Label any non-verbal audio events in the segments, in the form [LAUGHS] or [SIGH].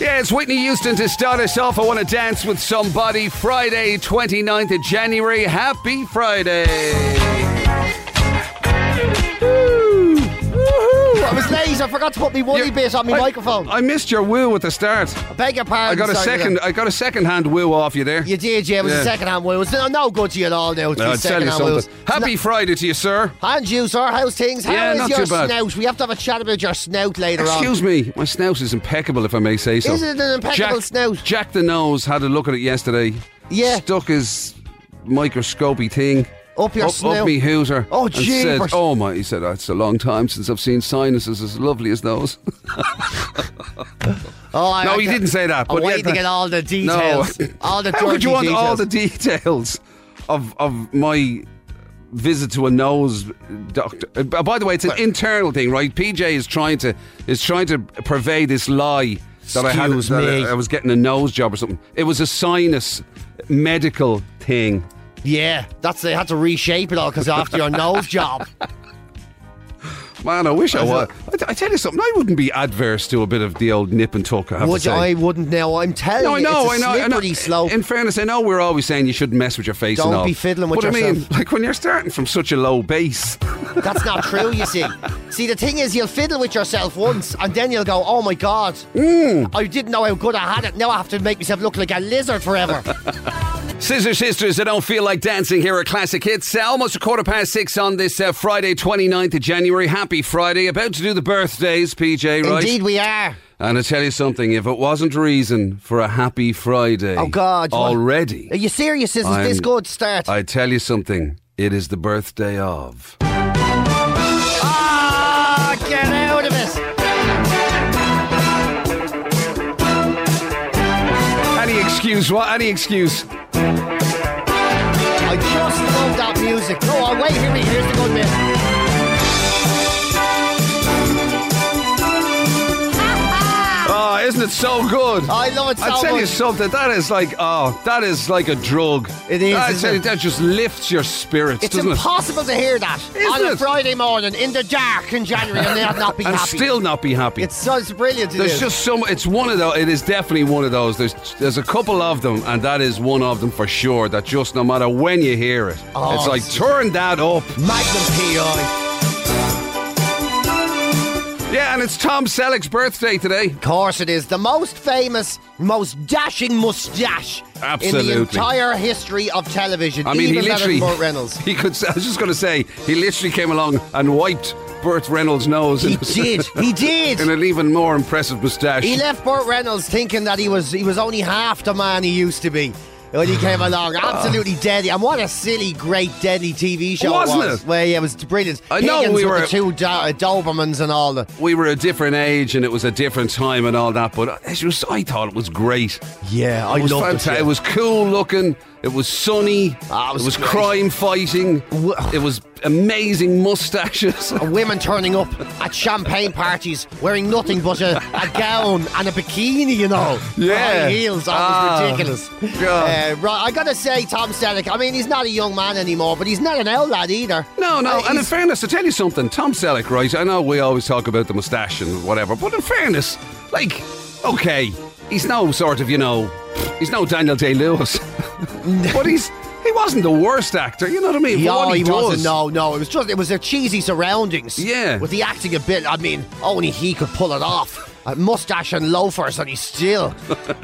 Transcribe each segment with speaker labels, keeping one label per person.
Speaker 1: Yeah, it's Whitney Houston to start us off. I want to dance with somebody Friday, 29th of January. Happy Friday. Woo. Woohoo.
Speaker 2: I was late. I forgot to put my woolly
Speaker 1: You-
Speaker 2: bit on my
Speaker 1: I-
Speaker 2: microphone. I,
Speaker 1: I missed your woo at the start.
Speaker 2: beg your pardon.
Speaker 1: I got a
Speaker 2: sorry for
Speaker 1: second
Speaker 2: that.
Speaker 1: I got a second hand woo off you there.
Speaker 2: You did, yeah. It was
Speaker 1: Yeah.
Speaker 2: a second-hand wheel. It was no, no good to you at all now. To
Speaker 1: No,
Speaker 2: be
Speaker 1: I'll tell you
Speaker 2: second-hand
Speaker 1: something.
Speaker 2: wheels.
Speaker 1: Happy Friday to you, sir.
Speaker 2: No, and you, sir. How's things? How is
Speaker 1: Yeah, not
Speaker 2: your
Speaker 1: too bad.
Speaker 2: snout? We have to have a chat about your snout later on.
Speaker 1: Excuse me, my snout is impeccable, if I may say so.
Speaker 2: Is it an impeccable
Speaker 1: Jack,
Speaker 2: snout?
Speaker 1: Jack the nose had a look at it yesterday.
Speaker 2: Yeah.
Speaker 1: stuck his microscopy thing
Speaker 2: Up your
Speaker 1: up,
Speaker 2: snout.
Speaker 1: up me hooter.
Speaker 2: Oh,
Speaker 1: and said,
Speaker 2: jeepers.
Speaker 1: "Oh my!" He said, "It's a long time since I've seen sinuses as lovely as those." [LAUGHS]
Speaker 2: Oh, I,
Speaker 1: no,
Speaker 2: I,
Speaker 1: he didn't say that.
Speaker 2: I'm
Speaker 1: But
Speaker 2: waiting
Speaker 1: yeah,
Speaker 2: to get all the
Speaker 1: no.
Speaker 2: details. All the
Speaker 1: How could you want
Speaker 2: dirty
Speaker 1: all
Speaker 2: details.
Speaker 1: the details of of my? Visit to a nose doctor. Uh, By the way, it's an internal thing, right? PJ is trying to is trying to purvey this lie that I had
Speaker 2: Excuse
Speaker 1: that I-
Speaker 2: me.
Speaker 1: I was getting a nose job or something. It was a sinus medical thing.
Speaker 2: Yeah, that's they had to reshape it all because after your
Speaker 1: [LAUGHS]
Speaker 2: nose job.
Speaker 1: Man, I wish I
Speaker 2: I
Speaker 1: was.
Speaker 2: thought-
Speaker 1: I, I tell you something, I wouldn't be adverse to a bit of the old nip and tuck. I have
Speaker 2: Would
Speaker 1: to
Speaker 2: you?
Speaker 1: say.
Speaker 2: I wouldn't now. I'm telling
Speaker 1: No, I
Speaker 2: you,
Speaker 1: know,
Speaker 2: it's a
Speaker 1: I know,
Speaker 2: slippery
Speaker 1: I know.
Speaker 2: slope.
Speaker 1: In fairness, I know we're always saying you shouldn't mess with your face. and
Speaker 2: Don't
Speaker 1: all.
Speaker 2: be fiddling with
Speaker 1: but I mean,
Speaker 2: yourself.
Speaker 1: like when you're starting from such a low base.
Speaker 2: That's not true, you see. See, the thing is, you'll fiddle with yourself once, and then you'll go, oh my God,
Speaker 1: Hmm.
Speaker 2: I didn't know how good I had it. Now I have to make myself look like a lizard forever.
Speaker 1: Scissor Sisters, I don't feel like dancing here are classic hits. Uh, almost a quarter past six on this uh, Friday, 29th of January. Happy Friday. About to do the birthdays, PJ, right?
Speaker 2: Indeed, we are.
Speaker 1: And I tell you something, if it wasn't reason for a happy Friday
Speaker 2: Oh God. what-
Speaker 1: already.
Speaker 2: Are you serious? Is
Speaker 1: I'm-
Speaker 2: this good start?
Speaker 1: I tell you something, it is the birthday of.
Speaker 2: Ah, get out of it.
Speaker 1: Any excuse, what? Any excuse.
Speaker 2: I just love that music. No, oh, wait, here we here's the good bit.
Speaker 1: Oh, isn't it so good?
Speaker 2: I love it Oh, so
Speaker 1: I tell
Speaker 2: much.
Speaker 1: you something, that is like, oh, that is like a drug.
Speaker 2: It is,
Speaker 1: I
Speaker 2: isn't
Speaker 1: tell you,
Speaker 2: it?
Speaker 1: that just lifts your spirits,
Speaker 2: it's
Speaker 1: doesn't
Speaker 2: impossible to hear that
Speaker 1: Isn't
Speaker 2: on a
Speaker 1: it?
Speaker 2: Friday morning in the dark in January and not, not be
Speaker 1: it? And
Speaker 2: happy.
Speaker 1: still not be happy.
Speaker 2: it's so it's brilliant. it
Speaker 1: there's
Speaker 2: is.
Speaker 1: just some. It's one of those. It is definitely one of those. There's there's a couple of them, and that is one of them for sure. That just no matter when you hear it,
Speaker 2: Oh,
Speaker 1: it's like
Speaker 2: it's-
Speaker 1: turn that up.
Speaker 2: Magnum PI.
Speaker 1: Yeah, and it's Tom Selleck's birthday today.
Speaker 2: Of course it is. The most famous, most dashing mustache in
Speaker 1: Absolutely.
Speaker 2: the entire history of television.
Speaker 1: I mean,
Speaker 2: even
Speaker 1: he literally.
Speaker 2: better than Burt Reynolds.
Speaker 1: [LAUGHS] He could. I was just going to say, he literally came along and wiped Burt Reynolds' nose.
Speaker 2: He
Speaker 1: in-
Speaker 2: did.
Speaker 1: [LAUGHS]
Speaker 2: He
Speaker 1: in
Speaker 2: did.
Speaker 1: an even more impressive moustache.
Speaker 2: He left Burt Reynolds thinking that he was he was only half the man he used to be when he
Speaker 1: [SIGHS]
Speaker 2: came along. Absolutely deadly. And what a silly, great, deadly TV show
Speaker 1: Wasn't
Speaker 2: it was.
Speaker 1: it?
Speaker 2: Well, yeah, it was brilliant.
Speaker 1: I know
Speaker 2: Higgins
Speaker 1: we
Speaker 2: with
Speaker 1: were-
Speaker 2: the two do- uh, Dobermans and all the.
Speaker 1: we were a different age and it was a different time and all that, but uh, it was, I thought it was great.
Speaker 2: Yeah, I
Speaker 1: It was
Speaker 2: loved it,
Speaker 1: fanta-
Speaker 2: yeah.
Speaker 1: It was cool looking. It was sunny.
Speaker 2: Ah, it was great.
Speaker 1: crime fighting.
Speaker 2: Wha-
Speaker 1: It was amazing
Speaker 2: [LAUGHS]
Speaker 1: mustaches.
Speaker 2: Women turning up at champagne parties wearing nothing but a, a gown and a bikini, you know.
Speaker 1: Yeah.
Speaker 2: High heels, that
Speaker 1: Ah,
Speaker 2: was ridiculous.
Speaker 1: God.
Speaker 2: Uh, right, I gotta say, Tom Selleck, I mean, he's not a young man anymore, but he's not an old lad either.
Speaker 1: No, no,
Speaker 2: Uh,
Speaker 1: and in
Speaker 2: he's-
Speaker 1: fairness, to tell you something, Tom Selleck, right? I know we always talk about the moustache and whatever, but in fairness, like, okay, he's no sort of, you know, he's no Daniel Day Lewis, [LAUGHS] but he's he wasn't the worst actor, you know what I mean? For
Speaker 2: Yeah,
Speaker 1: what
Speaker 2: he,
Speaker 1: he
Speaker 2: wasn't.
Speaker 1: does.
Speaker 2: No, no, it was just it was their cheesy surroundings.
Speaker 1: Yeah.
Speaker 2: with the acting a bit. I mean, only he could pull it off. A mustache and loafers, and
Speaker 1: [LAUGHS]
Speaker 2: he still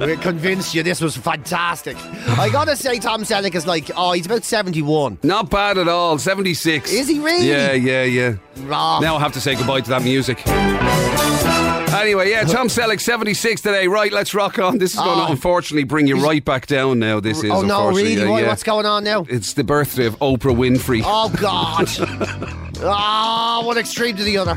Speaker 2: we convinced you this was fantastic. I gotta say, Tom Selleck is like, oh, he's about seventy-one.
Speaker 1: Not bad at all. 76.
Speaker 2: Is he really?
Speaker 1: Yeah, yeah, yeah.
Speaker 2: Ah.
Speaker 1: Now I have to say goodbye to that music. Anyway, yeah, Tom Selleck, 76 today. Right, let's rock on. This is going to
Speaker 2: Ah.
Speaker 1: unfortunately bring you right back down now. This is,
Speaker 2: Oh no,
Speaker 1: unfortunately.
Speaker 2: really?
Speaker 1: Yeah,
Speaker 2: Why,
Speaker 1: yeah.
Speaker 2: What's going on now?
Speaker 1: It's the birthday of Oprah Winfrey.
Speaker 2: Oh
Speaker 1: [LAUGHS]
Speaker 2: God! Ah, one extreme to the other.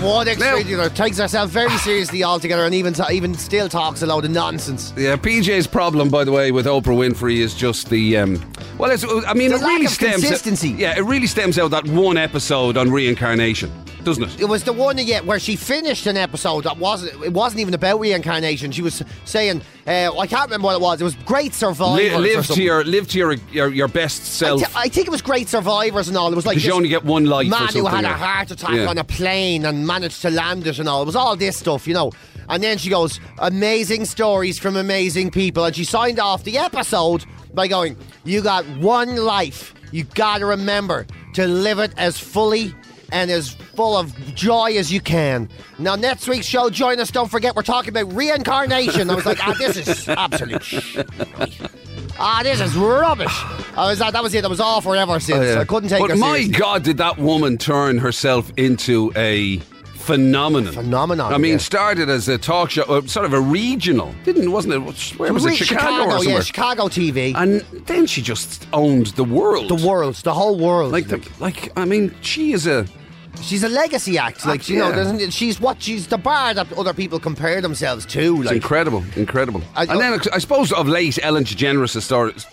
Speaker 2: One extreme
Speaker 1: Now-
Speaker 2: to the other. Takes herself very seriously altogether, and even even still talks a load of nonsense.
Speaker 1: Yeah, PJ's problem, by the way, with Oprah Winfrey is just the um, well. It's, I mean,
Speaker 2: The
Speaker 1: it
Speaker 2: lack
Speaker 1: really
Speaker 2: of
Speaker 1: stems.
Speaker 2: consistency.
Speaker 1: yeah, it really stems out that one episode on reincarnation, doesn't it?
Speaker 2: It was the one yet where she finished an episode that wasn't. It wasn't even about reincarnation. She was saying, uh, I can't remember what it was. It was Great
Speaker 1: Li-
Speaker 2: Survivors. or
Speaker 1: live to
Speaker 2: something.
Speaker 1: your live to your your, your best
Speaker 2: I
Speaker 1: self.
Speaker 2: thi- I think it was Great Survivors and all. It was like
Speaker 1: Because you
Speaker 2: this
Speaker 1: only get one life. or
Speaker 2: man who
Speaker 1: something,
Speaker 2: had
Speaker 1: or-
Speaker 2: a heart attack
Speaker 1: Yeah.
Speaker 2: on a plane and managed to land it and all. It was all this stuff, you know. And then she goes, amazing stories from amazing people. And she signed off the episode by going, You got one life. You got to remember to live it as fully and as full of joy as you can. Now, next week's show, join us. Don't forget, we're talking about reincarnation. I was like, ah, this is absolute shit. Ah, this is rubbish. I was like, that was it. That was all forever since. I couldn't take
Speaker 1: Oh, But
Speaker 2: her
Speaker 1: my
Speaker 2: seriously.
Speaker 1: God, did that woman turn herself into a phenomenon?
Speaker 2: Phenomenon,
Speaker 1: I mean,
Speaker 2: yeah.
Speaker 1: started as a talk show, uh, sort of a regional, didn't wasn't it? Where was it?
Speaker 2: Re-
Speaker 1: Chicago, or somewhere.
Speaker 2: yeah, Chicago TV.
Speaker 1: and then she just owned the world.
Speaker 2: the world, the whole world.
Speaker 1: Like, the, like I mean, she is a.
Speaker 2: She's a legacy act. Like you know,
Speaker 1: yeah.
Speaker 2: doesn't she's what she's the bar that other people compare themselves to.
Speaker 1: It's
Speaker 2: Like
Speaker 1: incredible, incredible.
Speaker 2: I-
Speaker 1: and then I suppose of late, Ellen DeGeneres has started.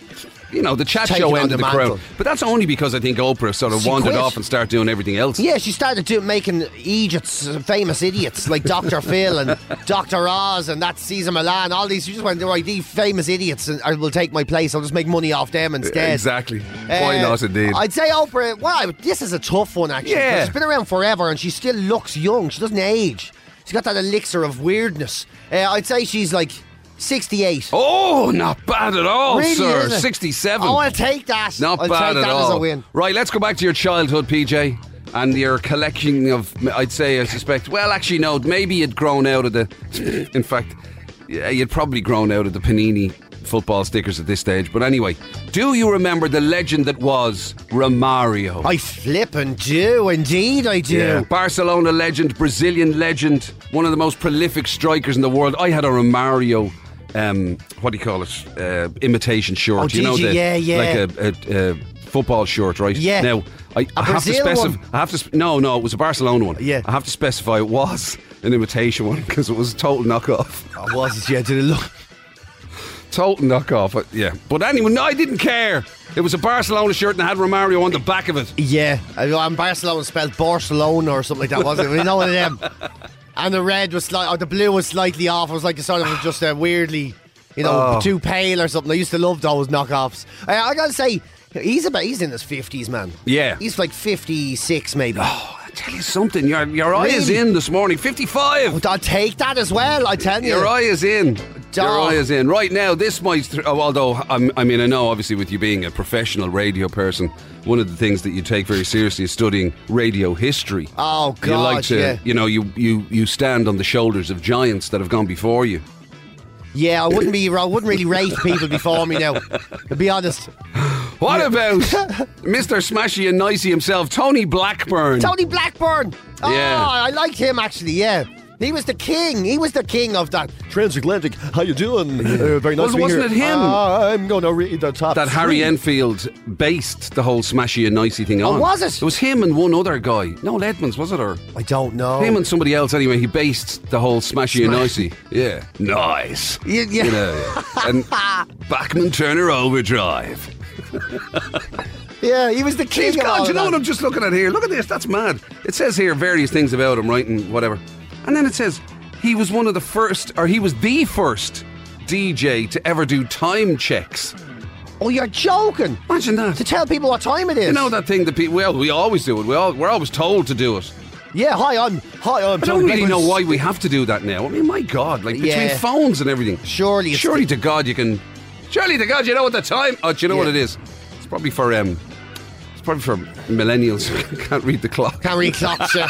Speaker 1: You know, the chat
Speaker 2: Taking
Speaker 1: show
Speaker 2: on
Speaker 1: ended
Speaker 2: the
Speaker 1: the, crowd,
Speaker 2: mantle.
Speaker 1: but that's only because I think Oprah sort of
Speaker 2: She
Speaker 1: wandered
Speaker 2: quit.
Speaker 1: off and started doing everything else.
Speaker 2: yeah, she started doing making idiots, famous idiots like Dr.
Speaker 1: [LAUGHS]
Speaker 2: Phil and Dr. Oz and that Caesar Milan. All these, she just went right. These famous idiots and I will take my place. I'll just make money off them instead.
Speaker 1: exactly.
Speaker 2: Uh,
Speaker 1: Why not, indeed?
Speaker 2: I'd say Oprah. Wow, this is a tough one actually. 'cause
Speaker 1: Yeah.
Speaker 2: she's been around forever, and she still looks young. She doesn't age. She's got that elixir of weirdness. Uh, I'd say she's like sixty-eight.
Speaker 1: Oh, not bad at all,
Speaker 2: Really,
Speaker 1: sir.
Speaker 2: isn't it?
Speaker 1: 67.
Speaker 2: Oh, I'll take that.
Speaker 1: not
Speaker 2: I'll
Speaker 1: bad
Speaker 2: take
Speaker 1: at
Speaker 2: that
Speaker 1: all.
Speaker 2: as a win.
Speaker 1: Right, let's go back to your childhood, PJ, and your collection of, I'd say, I suspect, well, actually, no, maybe you'd grown out of the, [LAUGHS] in fact, yeah, you'd probably grown out of the Panini football stickers at this stage. But anyway, do you remember the legend that was Romario?
Speaker 2: I flip and do, indeed I do.
Speaker 1: Yeah. Barcelona legend, Brazilian legend, one of the most prolific strikers in the world. I had a Romario, um, what do you call it? Uh, imitation shirt.
Speaker 2: Oh,
Speaker 1: you
Speaker 2: did
Speaker 1: know,
Speaker 2: you?
Speaker 1: the,
Speaker 2: Yeah, yeah.
Speaker 1: like a, a, a football shirt, right?
Speaker 2: Yeah.
Speaker 1: Now, I, I have to
Speaker 2: Brazil
Speaker 1: specify.
Speaker 2: one?
Speaker 1: I have to. Sp- no, no, it was a Barcelona one.
Speaker 2: Yeah.
Speaker 1: I have to specify it was an imitation one because it was a total knockoff.
Speaker 2: I was it, yeah, did it look
Speaker 1: Total knockoff. uh, Yeah. But anyway, no, I didn't care. It was a Barcelona shirt and it had Romario on the back of it.
Speaker 2: Yeah. I know, And Barcelona spelled Barcelona or something like that, wasn't it? You know one of them. And the red was slight or the blue was slightly off. It was like a sort of just uh, weirdly, you know,
Speaker 1: Oh.
Speaker 2: too pale or something. I used to love those knockoffs. I, I gotta say, he's about he's in his fifties, man.
Speaker 1: Yeah.
Speaker 2: He's like fifty six maybe. [GASPS]
Speaker 1: Oh, I tell you something. Your, your eye is
Speaker 2: Really?
Speaker 1: in this morning. 55.
Speaker 2: I'll take that as well, I tell you.
Speaker 1: Your eye is in. Your
Speaker 2: Dog.
Speaker 1: eye is in. Right now, this might. Th- oh, although, I'm, I mean, I know obviously with you being a professional radio person, one of the things that you take very seriously is studying radio history.
Speaker 2: Oh,
Speaker 1: You like
Speaker 2: God,
Speaker 1: to,
Speaker 2: yeah.
Speaker 1: you know, you, you, you stand on the shoulders of giants that have gone before you.
Speaker 2: Yeah, I wouldn't be I wouldn't really rate people before me now. To be honest.
Speaker 1: What about
Speaker 2: [LAUGHS]
Speaker 1: Mr. Smashy and Nicey himself, Tony Blackburn?
Speaker 2: Tony Blackburn. Oh,
Speaker 1: Yeah.
Speaker 2: I liked him actually. Yeah, he was the king. He was the king of that transatlantic. How you doing? Uh, very
Speaker 1: Well,
Speaker 2: nice. to be
Speaker 1: wasn't
Speaker 2: here.
Speaker 1: it him?
Speaker 2: Uh, I'm gonna read the top.
Speaker 1: that Harry
Speaker 2: three.
Speaker 1: Enfield based the whole Smashy and Nicey thing on.
Speaker 2: Oh, was it?
Speaker 1: It was him and one other guy. No, Edmonds, was it? Or
Speaker 2: I don't know.
Speaker 1: Him and somebody else, anyway, he based the whole Smashy and Nicey. Yeah. Nice.
Speaker 2: Yeah, yeah.
Speaker 1: You know, yeah. And
Speaker 2: [LAUGHS]
Speaker 1: Backman Turner Overdrive.
Speaker 2: yeah, he was the king.
Speaker 1: Jeez,
Speaker 2: of all
Speaker 1: God, you
Speaker 2: of
Speaker 1: know
Speaker 2: that.
Speaker 1: what I'm just looking at here? Look at this, that's mad. It says here various things about him, right, and whatever. And then it says he was one of the first, or he was the first DJ to ever do time checks.
Speaker 2: Oh, you're joking.
Speaker 1: Imagine that.
Speaker 2: To tell people what time it is.
Speaker 1: You know that thing that people, well, we always do it. We all, we're always told to do it.
Speaker 2: Yeah. Hi, I'm. Hi, I'm.
Speaker 1: I don't really know why we have to do that now. I mean, my God, like between
Speaker 2: Yeah.
Speaker 1: phones and everything.
Speaker 2: Surely it's
Speaker 1: surely to God you can. Surely to God you know what the time. Oh, do you know what
Speaker 2: Yeah.
Speaker 1: it is? It's probably for um, it's probably for millennials who [LAUGHS] can't read the clock.
Speaker 2: Can't read
Speaker 1: [LAUGHS]
Speaker 2: clocks. Yeah.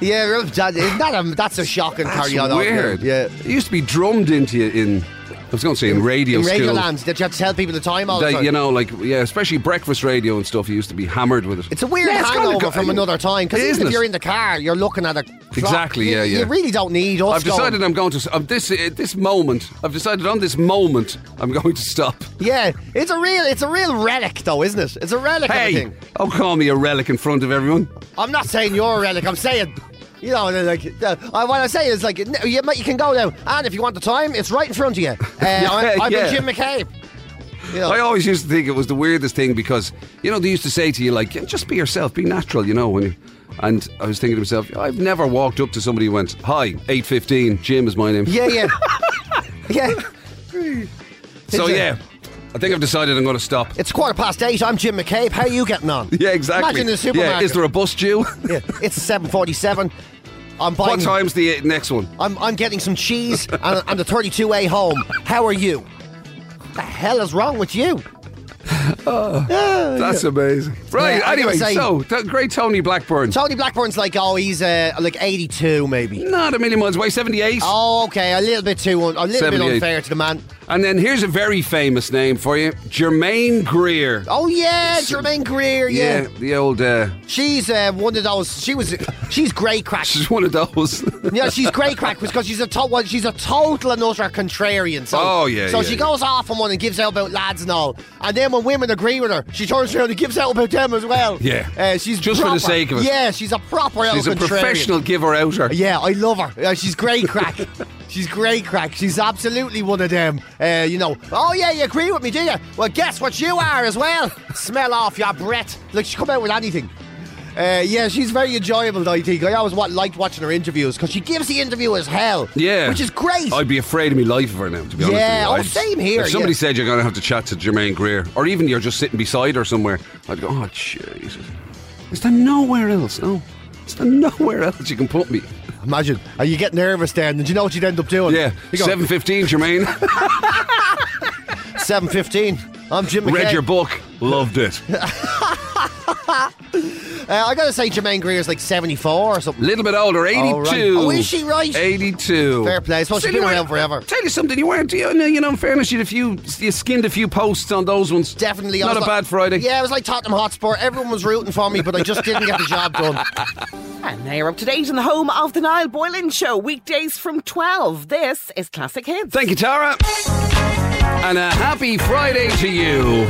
Speaker 2: yeah, real- that, isn't that a, that's a shocking
Speaker 1: That's
Speaker 2: carry on. over there.
Speaker 1: weird.
Speaker 2: Yeah.
Speaker 1: it used to be drummed into you in. I was going to say in radio
Speaker 2: In
Speaker 1: school.
Speaker 2: Radio Land, Oh, that you have to tell people the time all the
Speaker 1: They,
Speaker 2: time.
Speaker 1: you know, like yeah, especially breakfast radio and stuff. You used to be hammered with it.
Speaker 2: It's a weird
Speaker 1: Yeah, it's kinda
Speaker 2: hangover
Speaker 1: go-
Speaker 2: from another time because
Speaker 1: Isn't
Speaker 2: even if
Speaker 1: it?
Speaker 2: you're in the car, you're looking at a clock.
Speaker 1: Exactly,
Speaker 2: You-
Speaker 1: yeah, yeah.
Speaker 2: You really don't need us.
Speaker 1: I've decided
Speaker 2: going.
Speaker 1: I'm going to. s- Of this uh, this moment, I've decided on this moment, I'm going to stop.
Speaker 2: Yeah, it's a real, it's a real relic, though, isn't it? It's a relic. of a
Speaker 1: Hey,
Speaker 2: thing.
Speaker 1: don't call me a relic in front of everyone.
Speaker 2: I'm not saying you're a relic. I'm saying. You know, they're like uh, I- what I say is like n- you, might- you can go now, and if you want the time, it's right in front
Speaker 1: [LAUGHS]
Speaker 2: of you. Uh, I'm, I'm
Speaker 1: yeah.
Speaker 2: in Jim McCabe. You know,
Speaker 1: I always used to think it was the weirdest thing because you know they used to say to you like, "Yeah, just be yourself, be natural, you know. When you, and I was thinking to myself, I've never walked up to somebody who went, "Hi, eight fifteen, Jim is my name." [LAUGHS]
Speaker 2: yeah, yeah, yeah.
Speaker 1: so
Speaker 2: it's a-
Speaker 1: yeah, I think I've decided I'm going to stop.
Speaker 2: It's quarter past eight. I'm Jim McCabe. How are you getting
Speaker 1: [LAUGHS]
Speaker 2: on?
Speaker 1: Yeah, exactly.
Speaker 2: Imagine the
Speaker 1: Yeah,
Speaker 2: supermarket.
Speaker 1: is there a bus due?
Speaker 2: Yeah, it's seven forty-seven. I'm
Speaker 1: [LAUGHS]
Speaker 2: buying.
Speaker 1: What time's the next one?
Speaker 2: I'm, I'm getting some cheese and I'm the 32A home. How are you? What the hell is wrong with you?
Speaker 1: That's amazing. Right,
Speaker 2: Oh, Yeah, I gotta
Speaker 1: anyway,
Speaker 2: say-
Speaker 1: so t- great Tony Blackburn.
Speaker 2: Tony Blackburn's like, oh, he's uh, like 82 maybe.
Speaker 1: Not a million miles away, 78.
Speaker 2: Oh, okay, a little bit too, un- a little bit
Speaker 1: 78.
Speaker 2: unfair to the man.
Speaker 1: And then here's a very famous name for you Jermaine Greer.
Speaker 2: Oh yeah, Jermaine Greer, yeah.
Speaker 1: the old, uh, [LAUGHS]
Speaker 2: She's uh, one of those. She was. She's great crack.
Speaker 1: she's one of those. [LAUGHS]
Speaker 2: [LAUGHS] yeah, she's great crack because she's a to- well, she's a total and utter contrarian. So,
Speaker 1: Oh, yeah,
Speaker 2: So
Speaker 1: yeah,
Speaker 2: she
Speaker 1: yeah.
Speaker 2: goes off on one and gives out about lads and all, and then when women agree with her, she turns around and gives out about them as well.
Speaker 1: Yeah.
Speaker 2: uh, she's
Speaker 1: Just for the
Speaker 2: proper-
Speaker 1: sake of it.
Speaker 2: Yeah, she's a proper. old
Speaker 1: she's a
Speaker 2: contrarian. Oh,
Speaker 1: professional giver outer.
Speaker 2: Yeah, I love her. Uh, she's great crack. she's great crack. She's absolutely one of them. Uh, you know, oh yeah, you agree with me, do you? Well, guess what you are as well. Smell off your breath. Look, she come out with anything. Uh, yeah, she's very enjoyable, I think. I always wa- liked watching her interviews because she gives the interview as hell.
Speaker 1: Yeah.
Speaker 2: Which is great.
Speaker 1: I'd be afraid of me life of her now, to be honest
Speaker 2: Yeah, oh,
Speaker 1: with you. I'd-
Speaker 2: same here,
Speaker 1: If somebody
Speaker 2: yeah.
Speaker 1: said you're going to have to chat to Jermaine Greer, or even you're just sitting beside her somewhere, I'd go, oh, Jesus. Is there nowhere else? No. Is there nowhere else you can put me?
Speaker 2: Imagine. Are you get nervous then? And do you know what you'd end up doing?
Speaker 1: Yeah,
Speaker 2: You go,
Speaker 1: 7.15,
Speaker 2: [LAUGHS]
Speaker 1: Jermaine.
Speaker 2: 715. I'm Jim McKay.
Speaker 1: Read your book. Loved it.
Speaker 2: uh, I gotta say, Jermaine Greer's like 74 or something.
Speaker 1: little bit older, 82.
Speaker 2: Oh, right. Oh, is she right?
Speaker 1: 82.
Speaker 2: Fair play. I suppose she's
Speaker 1: Tell you
Speaker 2: been
Speaker 1: what-
Speaker 2: around forever.
Speaker 1: Tell you something, you weren't, you know, you know in fairness, you, had a few, you skinned a few posts on those ones.
Speaker 2: Definitely. I
Speaker 1: Not a
Speaker 2: was like-
Speaker 1: bad Friday.
Speaker 2: Yeah, it was like Tottenham Hotspur. Everyone was rooting for me, but I just didn't get the
Speaker 1: [LAUGHS]
Speaker 2: job done.
Speaker 3: And now you're up to date in the home of the Niall Boylan Show, weekdays from 12. This is Classic Hits.
Speaker 1: Thank you, Tara. And a happy Friday to you.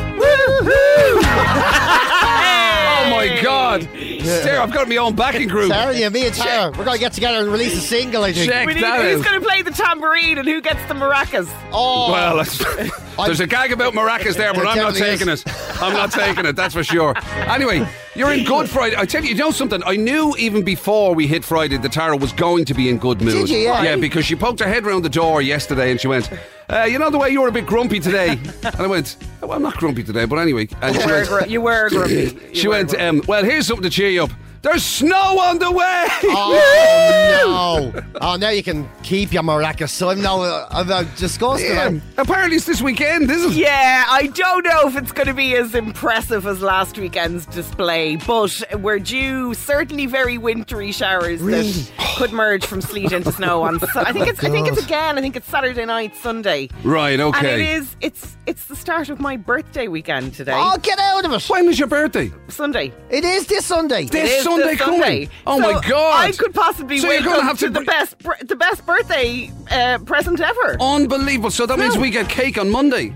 Speaker 3: [LAUGHS]
Speaker 1: oh my God. Sarah, I've got my own backing group.
Speaker 2: Sarah, yeah, me and Tara, we're going to get together and release a single, I think.
Speaker 1: Check
Speaker 3: We need,
Speaker 1: that
Speaker 3: who's
Speaker 1: out.
Speaker 3: going to play the tambourine and who gets the maracas?
Speaker 2: Oh,
Speaker 1: Well,
Speaker 2: [LAUGHS]
Speaker 1: there's a gag about maracas there, but
Speaker 2: It
Speaker 1: I'm not
Speaker 2: definitely
Speaker 1: taking
Speaker 2: is.
Speaker 1: it. I'm not taking it. That's for sure. Anyway, you're in good Friday. I tell you, you know something. I knew even before we hit Friday that Tara was going to be in good mood.
Speaker 2: you? Yeah.
Speaker 1: because she poked her head round the door yesterday and she went, uh, "You know the way you were a bit grumpy
Speaker 2: [LAUGHS]
Speaker 1: today." And I went, "Well, I'm not grumpy today, but anyway." And she
Speaker 3: You were
Speaker 1: went,
Speaker 3: gru- you were grumpy.
Speaker 1: [LAUGHS]
Speaker 3: You
Speaker 1: she
Speaker 3: were
Speaker 1: went
Speaker 3: grumpy.
Speaker 1: um, "Well, here's something to cheer you up. There's snow on the way." [LAUGHS]
Speaker 2: oh no! Oh, now you can keep your maracas. So I'm now uh, I'm uh, disgusted.
Speaker 1: Yeah.
Speaker 2: I'm-
Speaker 1: Um, Apparently, it's this weekend, isn't it?
Speaker 3: Yeah, I don't know if it's going to be as impressive as last weekend's display, but we're due certainly very wintry showers
Speaker 2: Really?
Speaker 3: that could merge from sleet into snow on. Sa- I think it's. I think it's again. I think it's Saturday night, Sunday.
Speaker 1: Right. Okay.
Speaker 3: And it is. It's. It's the start of my birthday weekend today.
Speaker 2: Oh, get out of it!
Speaker 1: When is your birthday?
Speaker 3: Sunday.
Speaker 2: It is this Sunday.
Speaker 1: This
Speaker 3: It is
Speaker 1: Sunday
Speaker 3: this Sunday.
Speaker 1: coming. Oh
Speaker 3: So
Speaker 1: my god!
Speaker 3: I could possibly
Speaker 1: So you're
Speaker 3: wake
Speaker 1: gonna
Speaker 3: up
Speaker 1: have
Speaker 3: to,
Speaker 1: to
Speaker 3: the
Speaker 1: br-
Speaker 3: best, br- the best birthday uh, present ever.
Speaker 1: Oh. Unbelievable. So that means we get cake on Monday.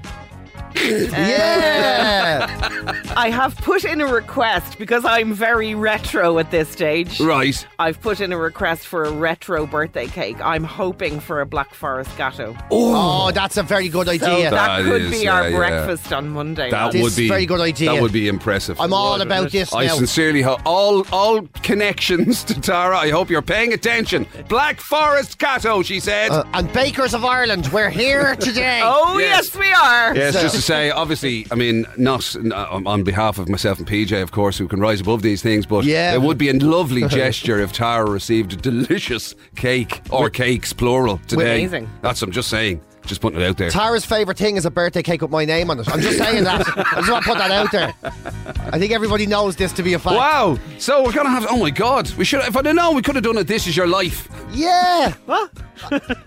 Speaker 2: Yeah.
Speaker 1: [LAUGHS]
Speaker 3: I have put in a request because I'm very retro at this stage.
Speaker 1: Right.
Speaker 3: I've put in a request for a retro birthday cake. I'm hoping for a Black Forest Gatto.
Speaker 2: oh, that's a very good
Speaker 3: So
Speaker 2: idea.
Speaker 3: that,
Speaker 1: That
Speaker 3: could
Speaker 1: is,
Speaker 3: be our
Speaker 1: yeah, yeah.
Speaker 3: breakfast on Monday.
Speaker 1: That
Speaker 3: man.
Speaker 2: This
Speaker 1: would be
Speaker 2: very good idea.
Speaker 1: That would be impressive.
Speaker 2: I'm all about this
Speaker 1: I
Speaker 2: now.
Speaker 1: sincerely hope all all connections [LAUGHS] to Tara. I hope you're paying attention. Black Forest Cato, she said.
Speaker 2: Uh, and Bakers of Ireland, we're here
Speaker 1: [LAUGHS]
Speaker 2: today.
Speaker 3: oh
Speaker 1: Yes.
Speaker 3: yes. we are.
Speaker 1: Yes, just to say, obviously, I mean, not n- on on behalf of myself and PJ, of course, who can rise above these things, but
Speaker 2: Yeah.
Speaker 1: it would be a lovely gesture if Tara received a delicious cake or cakes, plural, today.
Speaker 3: Amazing.
Speaker 1: That's, I'm just saying, just putting it out there.
Speaker 2: Tara's favourite thing is a birthday cake with my name on it. I'm just saying that. I just want to put that out there. I think everybody knows this to be a fact.
Speaker 1: Wow! So we're gonna have. Oh my God! We should. If I'd have known, we could have done it. This is your life.
Speaker 2: Yeah.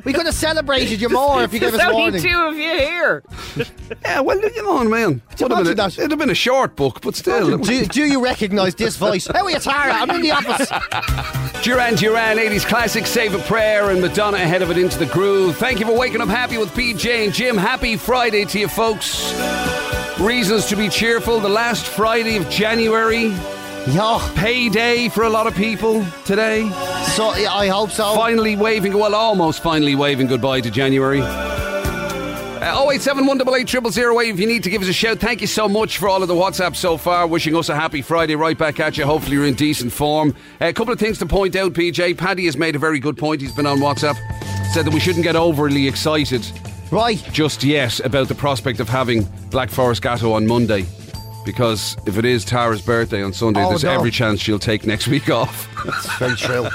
Speaker 2: we could have celebrated you more if you gave
Speaker 3: There's
Speaker 2: us
Speaker 3: only
Speaker 2: warning.
Speaker 3: two of you here.
Speaker 1: Yeah. Well, you know, man. Would have
Speaker 2: imagine
Speaker 1: been a,
Speaker 2: that?
Speaker 1: it'd have been a short book, but still.
Speaker 2: Do, do you recognise this voice? How are you, Tara? I'm in the office.
Speaker 1: Duran Duran, 80s classic, Save a Prayer, and Madonna ahead of it into the groove. Thank you for waking up happy with PJ and Jim. Happy Friday to you, folks. Reasons to be cheerful. The last Friday of January,
Speaker 2: Yo,
Speaker 1: payday for a lot of people today.
Speaker 2: so yeah, I hope so.
Speaker 1: finally waving, well, almost finally waving goodbye to January. Uh, 087 if you need to give us a shout. Thank you so much for all of the WhatsApp so far. Wishing us a happy Friday right back at you. Hopefully, you're in decent form. Uh, a couple of things to point out, PJ. Paddy has made a very good point. He's been on WhatsApp. Said that we shouldn't get overly excited
Speaker 2: Right.
Speaker 1: just yet about the prospect of having Black Forest Gatto on Monday. Because if it is Tara's birthday on Sunday,
Speaker 2: Oh,
Speaker 1: there's [LAUGHS]
Speaker 2: no.
Speaker 1: every chance she'll take next week off.
Speaker 2: It's very true.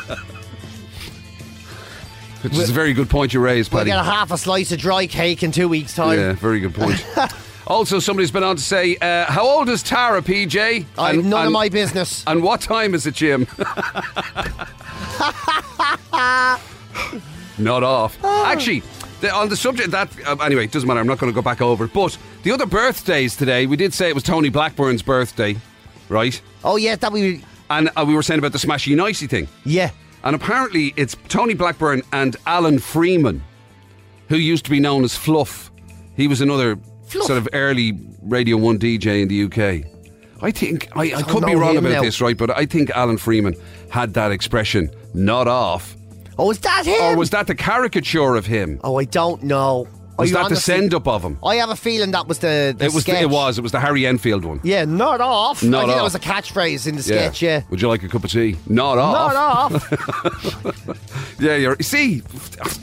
Speaker 1: Which is a very good point you raised,
Speaker 2: We'll
Speaker 1: Paddy.
Speaker 2: get a half a slice of dry cake in two weeks' time.
Speaker 1: Yeah, very good
Speaker 2: [LAUGHS]
Speaker 1: point. also, somebody's been on to say, uh, how old is Tara, PJ?
Speaker 2: I,
Speaker 1: And-
Speaker 2: none of
Speaker 1: and-
Speaker 2: my business.
Speaker 1: And what time is it,
Speaker 2: [LAUGHS]
Speaker 1: Jim? not off.
Speaker 2: Ah.
Speaker 1: Actually, the, on the subject that uh, anyway, doesn't matter. I'm not going to go back over it. But the other birthdays today, we did say it was Tony Blackburn's birthday, right?
Speaker 2: Oh yeah, that we.
Speaker 1: And uh, we were saying about the Smashy Nicey thing.
Speaker 2: Yeah.
Speaker 1: And apparently, it's Tony Blackburn and Alan Freeman, who used to be known as Fluff. He was another
Speaker 2: Fluff.
Speaker 1: sort of early Radio 1 DJ in the UK. I think, I, I
Speaker 2: Don't
Speaker 1: could be
Speaker 2: know
Speaker 1: wrong
Speaker 2: him
Speaker 1: about
Speaker 2: now.
Speaker 1: this, right? But I think Alan Freeman had that expression, not off.
Speaker 2: Oh, is that him?
Speaker 1: Or was that the caricature of him?
Speaker 2: Oh, I don't know.
Speaker 1: Was
Speaker 2: I
Speaker 1: that the
Speaker 2: honestly-
Speaker 1: send up of him?
Speaker 2: I have a feeling that was the. the
Speaker 1: It was,
Speaker 2: sketch.
Speaker 1: it was. It was the Harry Enfield one.
Speaker 2: Yeah, not off.
Speaker 1: Not
Speaker 2: I think
Speaker 1: off.
Speaker 2: that was a catchphrase in the sketch. Yeah.
Speaker 1: Would you like a cup of tea? Not off.
Speaker 2: Not
Speaker 1: [LAUGHS]
Speaker 2: off.
Speaker 1: Yeah, you're. See,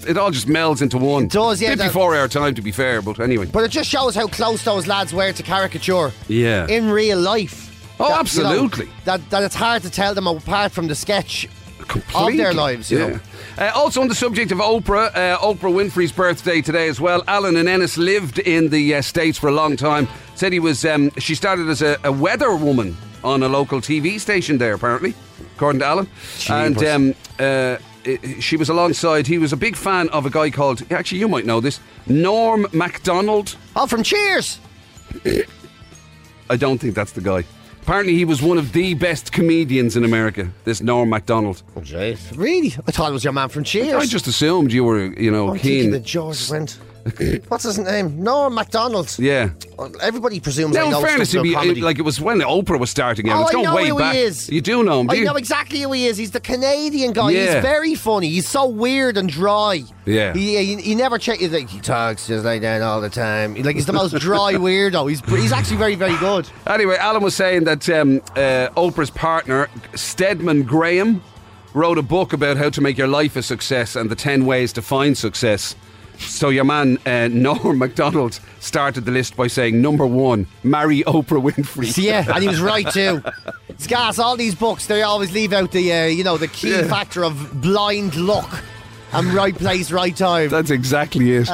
Speaker 1: it all just melds into one. It
Speaker 2: does, yeah,
Speaker 1: Bit
Speaker 2: that-
Speaker 1: before our time, to be fair, but anyway.
Speaker 2: but it just shows how close those lads were to caricature.
Speaker 1: Yeah.
Speaker 2: In real life.
Speaker 1: Oh,
Speaker 2: you know,
Speaker 1: absolutely.
Speaker 2: that that it's hard to tell them apart from the sketch.
Speaker 1: completely.
Speaker 2: of their lives, you
Speaker 1: Yeah.
Speaker 2: know.
Speaker 1: Uh, also on the subject of Oprah, uh, Oprah Winfrey's birthday today as well. Alan and Ennis lived in the uh, states for a long time. Said he was. Um, she started as a, a weather woman on a local TV station there, apparently, according to Alan. And um, uh, i- she was alongside. He was a big fan of a guy called. Actually, you might know this. Norm Macdonald.
Speaker 2: Oh, from Cheers.
Speaker 1: I don't think that's the guy. Apparently, he was one of the best comedians in America. This Norm Macdonald.
Speaker 2: Oh, Really? I thought it was your man from Cheers.
Speaker 1: I just assumed you were, you know,
Speaker 2: I'm
Speaker 1: keen.
Speaker 2: thinking that George
Speaker 1: [LAUGHS]
Speaker 2: went. What's his name? Norm MacDonald.
Speaker 1: Yeah.
Speaker 2: Everybody presumes I
Speaker 1: Now,
Speaker 2: know
Speaker 1: in fairness,
Speaker 2: stuff
Speaker 1: it'd
Speaker 2: about
Speaker 1: be it,
Speaker 2: comedy.
Speaker 1: like it was when Oprah was starting out.
Speaker 2: oh,
Speaker 1: it's
Speaker 2: I
Speaker 1: going
Speaker 2: know
Speaker 1: way
Speaker 2: who
Speaker 1: back.
Speaker 2: he is.
Speaker 1: You do know him, do
Speaker 2: I
Speaker 1: you?
Speaker 2: know exactly who he is. He's the Canadian guy.
Speaker 1: Yeah.
Speaker 2: He's very funny. He's so weird and dry.
Speaker 1: Yeah.
Speaker 2: He, he, he never check. He's like he talks just like that all the time. Like he's the most
Speaker 1: [LAUGHS]
Speaker 2: dry weirdo. He's he's actually very very good.
Speaker 1: Anyway, Alan was saying that um, uh, Oprah's partner, Stedman Graham, wrote a book about how to make your life a success and the 10 ways to find success. So your man, uh, [LAUGHS] Norm MacDonald, started the list by saying, number one, marry Oprah Winfrey.
Speaker 2: So, yeah, and he was right too. It's gas. All these books they always leave out the uh, you know the key
Speaker 1: Yeah.
Speaker 2: factor of blind luck and right place right time.
Speaker 1: That's exactly it.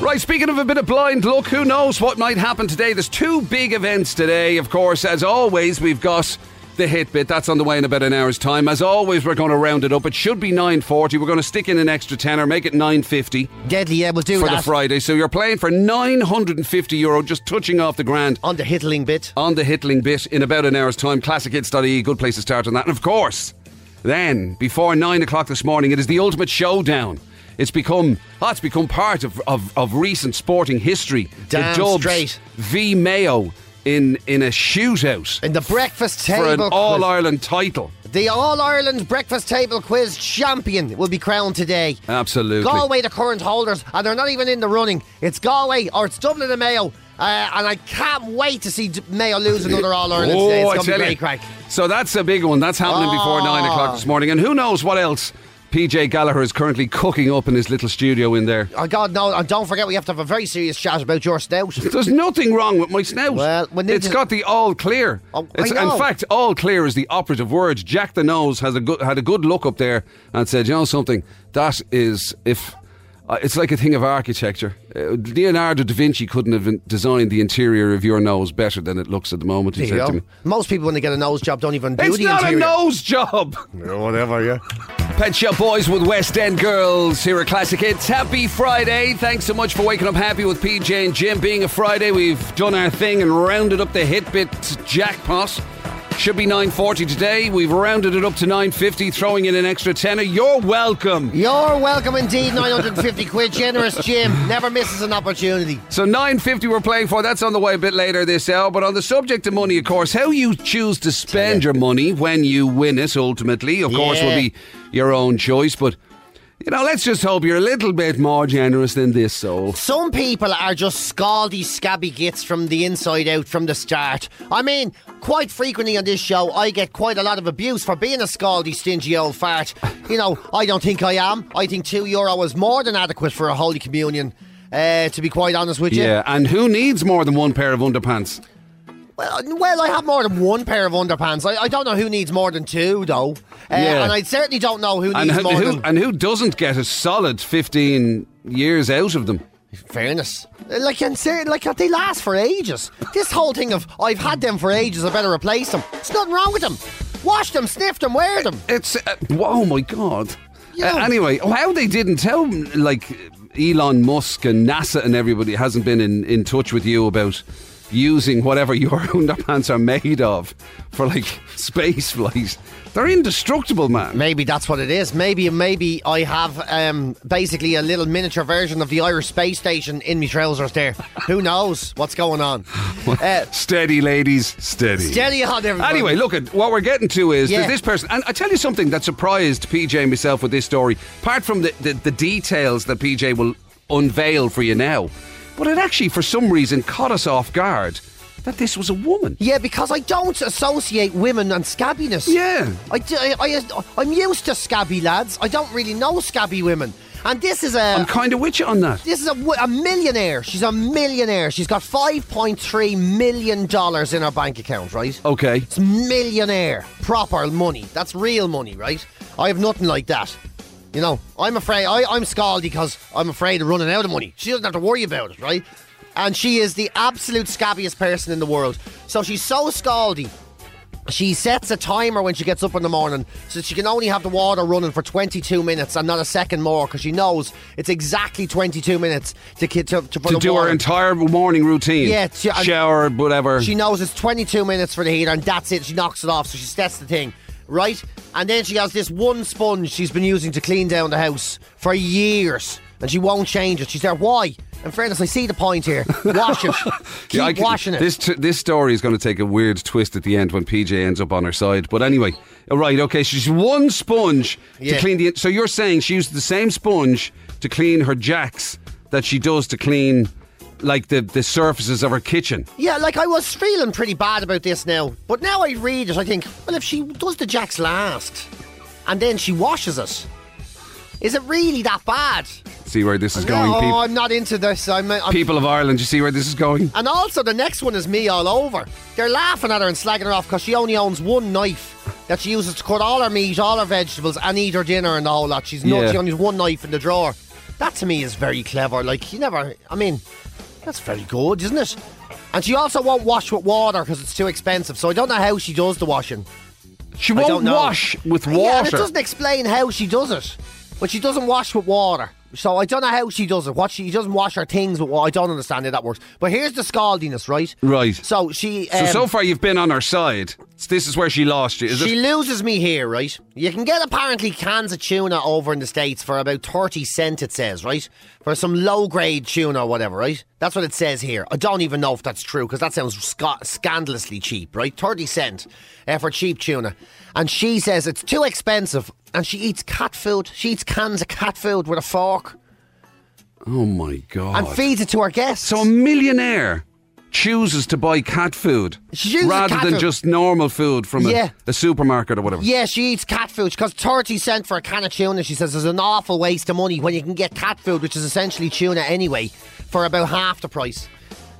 Speaker 1: right, speaking of a bit of blind luck, who knows what might happen today? There's two big events today, of course. As always, we've got the hit bit. That's on the way in about an hour's time. As always, we're going to round it up. It should be 9.40. We're going to stick in an extra tenner, make it 9.50
Speaker 2: Deadly. Yeah, we'll do
Speaker 1: for
Speaker 2: that
Speaker 1: the Friday. So you're playing for 950 euro, just touching off the grand
Speaker 2: on the hitling bit.
Speaker 1: on the Hitling bit in about an hour's time. Classichits.ie, E, good place to start on that. And of course, then before nine o'clock this morning, it is the ultimate showdown. It's become oh, it's become part of, of, of recent sporting history.
Speaker 2: Damn
Speaker 1: the Dubs
Speaker 2: straight.
Speaker 1: v Mayo in in a shootout
Speaker 2: In the breakfast
Speaker 1: for an
Speaker 2: table,
Speaker 1: All
Speaker 2: quiz.
Speaker 1: Ireland title.
Speaker 2: the All Ireland breakfast table quiz champion will be crowned today.
Speaker 1: Absolutely.
Speaker 2: Galway, the current holders, and they're not even in the running. It's Galway or it's Dublin and Mayo, uh, and I can't wait to see D-
Speaker 1: [LAUGHS]
Speaker 2: Mayo lose another All Ireland today. It's
Speaker 1: Oh, I
Speaker 2: going to be
Speaker 1: tell
Speaker 2: great
Speaker 1: you.
Speaker 2: crack.
Speaker 1: So that's a big one. That's happening before
Speaker 2: Ah.
Speaker 1: nine o'clock this morning. And who knows what else PJ Gallagher is currently cooking up in his little studio in there.
Speaker 2: Oh God, no! And don't forget, we have to have a very serious chat about your stout.
Speaker 1: There's nothing wrong with my snout.
Speaker 2: Well, we need
Speaker 1: it's
Speaker 2: to-
Speaker 1: got the all clear.
Speaker 2: Oh, I
Speaker 1: it's,
Speaker 2: know.
Speaker 1: In fact, all clear is the operative word. Jack the Nose has a good, had a good look up there and said, you know something, that is if. Uh, it's like a thing of architecture. Uh, Leonardo da Vinci couldn't have in- designed the interior of your nose better than it looks at the moment. He
Speaker 2: There you
Speaker 1: said to
Speaker 2: go.
Speaker 1: me,
Speaker 2: Most people, when they get a nose job, don't even do
Speaker 1: "It's
Speaker 2: the
Speaker 1: not
Speaker 2: interior.
Speaker 1: a nose job."
Speaker 2: whatever, yeah.
Speaker 1: Pet Shop Boys with West End Girls here at Classic Hits. Happy Friday. Thanks so much for waking up happy with PJ and Jim. Being a Friday, we've done our thing and rounded up the hit bit jackpot. Should be 9.40 today. We've rounded it up to 9.50, throwing in an extra tenner. You're welcome.
Speaker 2: You're welcome indeed. [LAUGHS] 950 quid, generous Jim. Never misses an opportunity.
Speaker 1: So 9.50 we're playing for. That's on the way a bit later this hour. But on the subject of money, of course, how you choose to spend your money when you win it ultimately, of course, will
Speaker 2: Yeah.
Speaker 1: be your own choice. But, you know, let's just hope you're a little bit more generous than this, soul.
Speaker 2: Some people are just scaldy, scabby gits from the inside out from the start. I mean, quite frequently on this show, I get quite a lot of abuse for being a scaldy, stingy old fart. You know, I don't think I am. I think two euro is more than adequate for a Holy Communion, uh, to be quite honest with you.
Speaker 1: Yeah, and who needs more than one pair of underpants?
Speaker 2: Well, uh, well, I have more than one pair of underpants. I, I don't know who needs more than two, though. Uh,
Speaker 1: Yeah.
Speaker 2: And I certainly don't know who
Speaker 1: And
Speaker 2: needs
Speaker 1: who,
Speaker 2: more
Speaker 1: who,
Speaker 2: than.
Speaker 1: and who doesn't get a solid 15 years out of them?
Speaker 2: Fairness. Uh, Like, and ser- like uh, they last for ages. This whole thing of, I've had them for ages, I better replace them. There's nothing wrong with them. Wash them, sniff them, wear them.
Speaker 1: It's uh, oh my god.
Speaker 2: Yeah.
Speaker 1: Uh, anyway, how they didn't tell like Elon Musk and NASA and everybody hasn't been in, in touch with you about using whatever [LAUGHS] your underpants are made of for like [LAUGHS] space flight. They're indestructible, man.
Speaker 2: Maybe that's what it is. Maybe maybe I have um, basically a little miniature version of the Irish space station in my trousers there. Who knows what's
Speaker 1: [LAUGHS]
Speaker 2: going on? Uh,
Speaker 1: steady, ladies, steady.
Speaker 2: steady on, everybody.
Speaker 1: Anyway, look at what we're getting to is
Speaker 2: Yeah.
Speaker 1: that this person, and I tell you something that surprised PJ and myself with this story. Apart from the, the, the details that PJ will unveil for you now, but it actually, for some reason, caught us off guard that this was a woman.
Speaker 2: Yeah, because I don't associate women and scabbiness.
Speaker 1: Yeah.
Speaker 2: I, do- I, am used to scabby lads. I don't really know scabby women. And this is a.
Speaker 1: I'm kind of with you on that.
Speaker 2: this is a, w- a millionaire. She's a millionaire. She's got $5.3 million dollars in her bank account, right?
Speaker 1: Okay.
Speaker 2: It's millionaire, proper money. That's real money, right? I have nothing like that. You know, I'm afraid I, I'm scalded because I'm afraid of running out of money. She doesn't have to worry about it, right? And she is the absolute scabbiest person in the world. So she's so scaldy. She sets a timer when she gets up in the morning so that she can only have the water running for 22 minutes and not a second more because she knows it's exactly 22 minutes to, ki- to, to, for
Speaker 1: To
Speaker 2: the
Speaker 1: do
Speaker 2: water.
Speaker 1: her entire morning routine.
Speaker 2: Yeah, it's- and-
Speaker 1: Shower, whatever.
Speaker 2: She knows it's 22 minutes for the heater, and that's it. She knocks it off, so she sets the thing, right? And then she has this one sponge she's been using to clean down the house for years, and she won't change it. She's there, why? In fairness, I see the point
Speaker 1: [LAUGHS]
Speaker 2: here. Wash it. Keep
Speaker 1: Yeah, I can-
Speaker 2: washing it.
Speaker 1: This t- this story is going to take a weird twist at the end when PJ ends up on her side. But anyway, all right, okay, she's one sponge
Speaker 2: Yeah.
Speaker 1: to clean the. So you're saying she used the same sponge to clean her jacks that she does to clean like the the surfaces of her kitchen.
Speaker 2: Yeah, like I was feeling pretty bad about this now, but now I read it, I think, well, if she does the jacks last, and then she washes it, is it really that bad?
Speaker 1: See where this is going,
Speaker 2: no,
Speaker 1: peop-
Speaker 2: I'm not into this. I'm, I'm
Speaker 1: people of Ireland. You see where this is going?
Speaker 2: And also, the next one is me all over. They're laughing at her and slagging her off because she only owns one knife that she uses to cut all her meat, all her vegetables, and eat her dinner and the whole lot. She's nuts.
Speaker 1: Yeah.
Speaker 2: She only has one knife in the drawer. That to me is very clever. Like, you never. I mean, that's very good, isn't it? And she also won't wash with water because it's too expensive. So I don't know how she does the washing.
Speaker 1: She
Speaker 2: I don't
Speaker 1: won't
Speaker 2: know.
Speaker 1: wash with water.
Speaker 2: Yeah, and it doesn't explain how she does it. But she doesn't wash with water. So I don't know how she does it. What she, she doesn't wash her things with water. I don't understand how that works. But here's the scaldiness, right?
Speaker 1: Right.
Speaker 2: So she
Speaker 1: so
Speaker 2: um,
Speaker 1: so far you've been on her side. This is where she lost you. Is
Speaker 2: she
Speaker 1: it?
Speaker 2: loses me here, right? You can get apparently cans of tuna over in the States for about 30 cent, it says, right? For some low grade tuna or whatever, right? That's what it says here. I don't even know if that's true because that sounds sc- scandalously cheap, right? 30 cent uh, for cheap tuna. And she says it's too expensive and she eats cat food. She eats cans of cat food with a fork
Speaker 1: Oh my god!
Speaker 2: and feeds it to her guests.
Speaker 1: So a millionaire chooses to buy cat food
Speaker 2: She chooses
Speaker 1: rather
Speaker 2: cat
Speaker 1: than
Speaker 2: food.
Speaker 1: just normal food from a,
Speaker 2: Yeah.
Speaker 1: a supermarket or whatever.
Speaker 2: Yeah, she eats cat food. She costs 30 cent for a can of tuna. She says it's an awful waste of money when you can get cat food, which is essentially tuna anyway, for about half the price.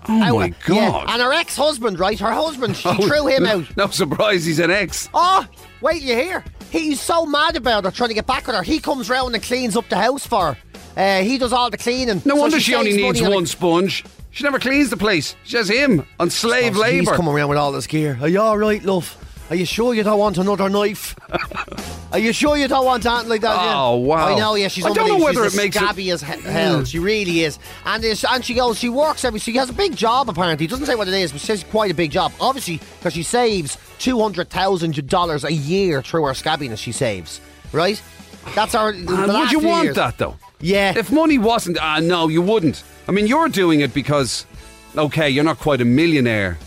Speaker 1: Oh my
Speaker 2: Out-
Speaker 1: god! Oh
Speaker 2: yeah. And her ex husband, right? Her
Speaker 1: [LAUGHS]
Speaker 2: husband, she threw him
Speaker 1: no,
Speaker 2: out.
Speaker 1: No surprise, he's an ex.
Speaker 2: Oh, wait, you hear? He's so mad about her trying to get back with her. He comes round and cleans up the house for her. Uh, he does all the cleaning.
Speaker 1: No
Speaker 2: So
Speaker 1: wonder she, only
Speaker 2: saves
Speaker 1: needs
Speaker 2: money on
Speaker 1: one
Speaker 2: a-
Speaker 1: sponge. She never cleans the place. She has him on slave
Speaker 2: Oh, He's
Speaker 1: labour.
Speaker 2: coming around with all this gear. Are you all right, love? Are you sure you don't want another knife? Are you sure you don't want something like that? yeah?
Speaker 1: Oh, wow.
Speaker 2: I know. Yeah, she's.
Speaker 1: I don't know
Speaker 2: unbelievable.
Speaker 1: whether
Speaker 2: she's
Speaker 1: it makes it-
Speaker 2: scabby as he- hell. She really is. And it's, and she goes. She works every. She has a big job apparently. It doesn't say what it is, but she says it's quite a big job. Obviously, because she saves two hundred thousand dollars a year through her scabbiness. She saves, right? That's our.
Speaker 1: And would you want that though?
Speaker 2: Yeah.
Speaker 1: If money wasn't, ah, no, you wouldn't. I mean, you're doing it because, okay, you're not quite a millionaire,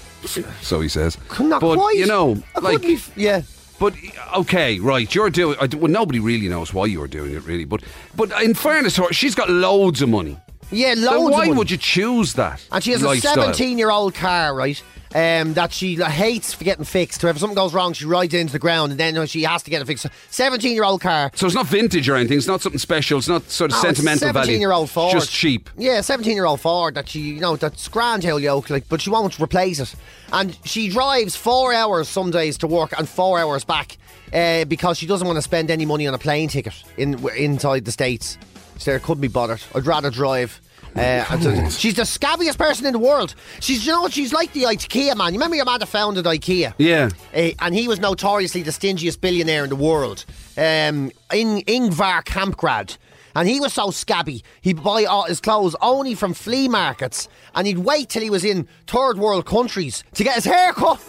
Speaker 1: so he says.
Speaker 2: Not
Speaker 1: but
Speaker 2: quite.
Speaker 1: you know,
Speaker 2: I
Speaker 1: like
Speaker 2: couldn't be f- yeah.
Speaker 1: But okay, right, you're doing. I d well, nobody really knows why you were doing it, really. But but in fairness, to her, she's got loads of money.
Speaker 2: Yeah, loads
Speaker 1: Then
Speaker 2: of
Speaker 1: why
Speaker 2: money.
Speaker 1: would you choose that?
Speaker 2: And she has
Speaker 1: lifestyle?
Speaker 2: a 17 year old car, right? Um, that she like, hates for getting fixed. So if something goes wrong, she rides it into the ground and then uh, she has to get it fixed. 17 year old car.
Speaker 1: So it's not vintage or anything. It's not something special. It's not sort of sentimental value.
Speaker 2: year old Oh, Ford.
Speaker 1: Just cheap.
Speaker 2: Yeah, 17 year old Ford that she, you know, that's grand hell yoke, like, but she won't replace it. And she drives four hours some days to work and four hours back uh, because she doesn't want to spend any money on a plane ticket in w- inside the States. So there could be bothered. I'd rather drive. Uh, and so- she's the scabbiest person in the world. She's, you know, what? she's like the IKEA man. You remember your man that founded IKEA?
Speaker 1: Yeah.
Speaker 2: Uh, and he was notoriously the stingiest billionaire in the world, um, in Ingvar Kamprad. And he was so scabby, he'd buy all his clothes only from flea markets, and he'd wait till he was in third world countries to get his
Speaker 1: [LAUGHS]
Speaker 2: hair cut.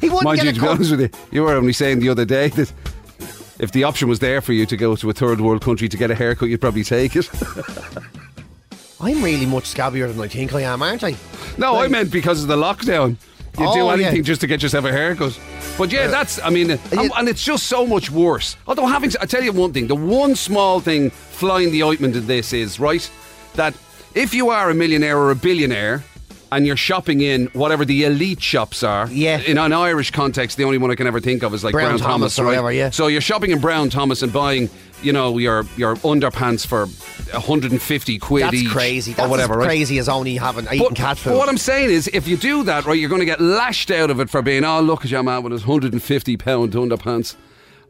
Speaker 2: he wouldn't
Speaker 1: Mind
Speaker 2: get
Speaker 1: you, to
Speaker 2: it
Speaker 1: be
Speaker 2: cut.
Speaker 1: honest with you, you were only saying the other day that if the option was there for you to go to a third world country to get a haircut, you'd probably take it.
Speaker 2: I'm really much scabbier than I think I am, aren't I?
Speaker 1: No, I meant because of the lockdown. You do
Speaker 2: Oh,
Speaker 1: anything
Speaker 2: yeah. Uh,
Speaker 1: just to get yourself a haircut. But yeah, that's, I mean, and, and it's just so much worse. Although, having, s- I tell you one thing, the one small thing flying the ointment in this is, right, that if you are a millionaire or a billionaire and you're shopping in whatever the elite shops are,
Speaker 2: Yeah.
Speaker 1: in an Irish context, the only one I can ever think of is like
Speaker 2: Brown
Speaker 1: Brown,
Speaker 2: Thomas or
Speaker 1: right?
Speaker 2: whatever, yeah.
Speaker 1: So you're shopping in Brown Thomas and buying, you know, your, your underpants for 150 quid
Speaker 2: That's
Speaker 1: each
Speaker 2: crazy.
Speaker 1: or
Speaker 2: That's
Speaker 1: whatever,
Speaker 2: as
Speaker 1: right?
Speaker 2: crazy as only having eating
Speaker 1: But,
Speaker 2: cat food.
Speaker 1: but what I'm saying is, if you do that, right, you're going to get lashed out of it for being, oh, look at your man with his 150 pound underpants.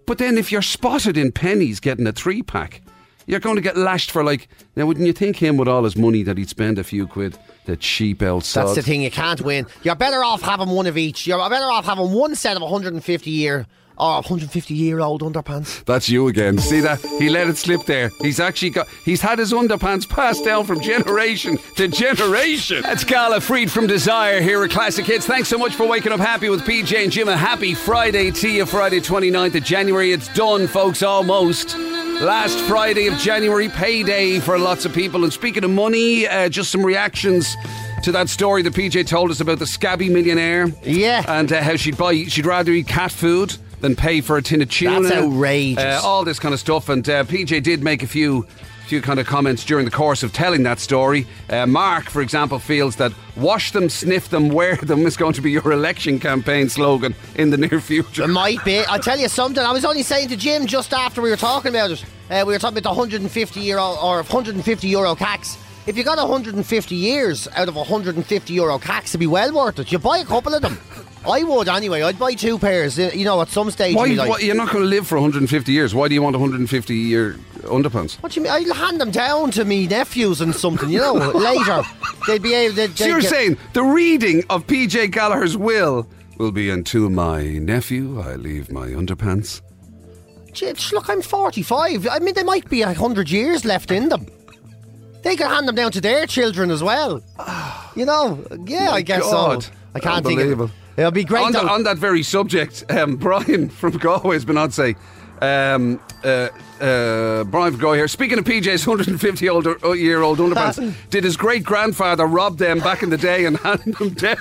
Speaker 1: But then if you're spotted in pennies getting a three pack, you're going to get lashed for like, now, wouldn't you think him with all his money that he'd spend a few quid, the cheap old
Speaker 2: That's
Speaker 1: sod?
Speaker 2: the thing, you can't win. You're better off having one of each. You're better off having one set of 150 year oh, or 150 year old underpants.
Speaker 1: That's you again. See that? He let it slip there. He's actually got. He's had his underpants passed down from generation to generation. That's Carla Freed from Desire here at Classic Hits. Thanks so much for waking up happy with PJ and Jim. A happy Friday to you, Friday 29th of January. It's done, folks, almost. Last Friday of January, payday for lots of people. And speaking of money, uh, just some reactions to that story that PJ told us about the scabby millionaire.
Speaker 2: Yeah.
Speaker 1: And uh, how she'd buy, she'd rather eat cat food than pay for a tin of tuna.
Speaker 2: That's outrageous.
Speaker 1: Uh, all this kind of stuff. And uh, PJ did make a few few kind of comments during the course of telling that story. Uh, Mark, for example, feels that wash them, sniff them, [LAUGHS] wear them is going to be your election campaign slogan in the near future.
Speaker 2: It might be. I'll tell you something. I was only saying to Jim just after we were talking about it. Uh, we were talking about the 150 year old or 150 euro cax. If you got 150 years out of 150 euro cax, it'd be well worth it. You buy a couple of them. I would anyway. I'd buy two pairs. uh, You know, at some stage. in
Speaker 1: Why,
Speaker 2: my life.
Speaker 1: why, you're not going to live for 150 years. Why do you want 150 year underpants?
Speaker 2: What do you mean? I'll hand them down to me nephews and something,
Speaker 1: [LAUGHS]
Speaker 2: you know, later. They'd be able to.
Speaker 1: So you're saying the reading of PJ Gallagher's will will be unto my nephew. I leave my underpants.
Speaker 2: Look, I'm 45. I mean, there might be a 100 years left in them. They could hand them down to their children as well. [SIGHS] You know, yeah, I guess
Speaker 1: God.
Speaker 2: so. I can't think of
Speaker 1: Unbelievable.
Speaker 2: it. It'll be great.
Speaker 1: on, tha-
Speaker 2: though.
Speaker 1: on that very subject, um, Brian [LAUGHS] from Galway has been on to say, um, uh, uh, Brian from Galway here, speaking of PJ's 150 old, uh, year old
Speaker 2: [LAUGHS]
Speaker 1: underpants, did his great grandfather rob them back in the day and hand them down?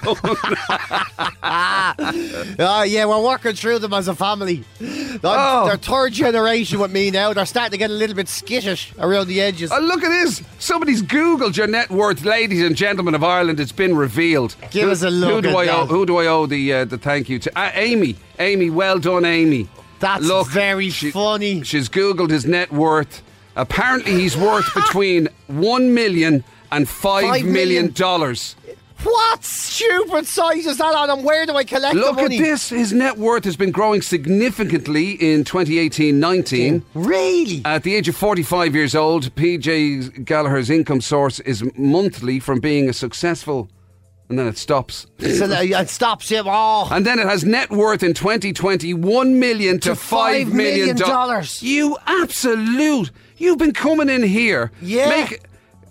Speaker 1: [LAUGHS]
Speaker 2: Ah, yeah, we're working through them as a family. I'm-
Speaker 1: Oh.
Speaker 2: They're third generation with me now. They're starting to get a little bit skittish around the edges.
Speaker 1: and Uh, look at this. Somebody's Googled your net worth, ladies and gentlemen of Ireland. It's been revealed.
Speaker 2: Give
Speaker 1: Who-
Speaker 2: us a look
Speaker 1: Who do,
Speaker 2: at
Speaker 1: I
Speaker 2: that.
Speaker 1: Owe, who do I owe the, uh, the thank you to? Uh, Amy. Amy, well done, Amy.
Speaker 2: That's
Speaker 1: look,
Speaker 2: very
Speaker 1: she-
Speaker 2: funny.
Speaker 1: She's Googled his net worth. Apparently, he's
Speaker 2: [GASPS]
Speaker 1: worth between one million and
Speaker 2: Five
Speaker 1: five
Speaker 2: million.
Speaker 1: million dollars.
Speaker 2: What stupid site is that on? And where do I collect
Speaker 1: Look
Speaker 2: the
Speaker 1: at
Speaker 2: money?
Speaker 1: this. His net worth has been growing significantly in 2018 19.
Speaker 2: Really?
Speaker 1: At the age of 45 years old, PJ Gallagher's income source is monthly from being a successful. And then it stops.
Speaker 2: so uh, that it stops him. Oh,
Speaker 1: And then it has net worth in 2020 1 million to,
Speaker 2: To
Speaker 1: $5
Speaker 2: $5 million
Speaker 1: million.
Speaker 2: dollars.
Speaker 1: You absolute. You've been coming in here.
Speaker 2: Yeah.
Speaker 1: Make,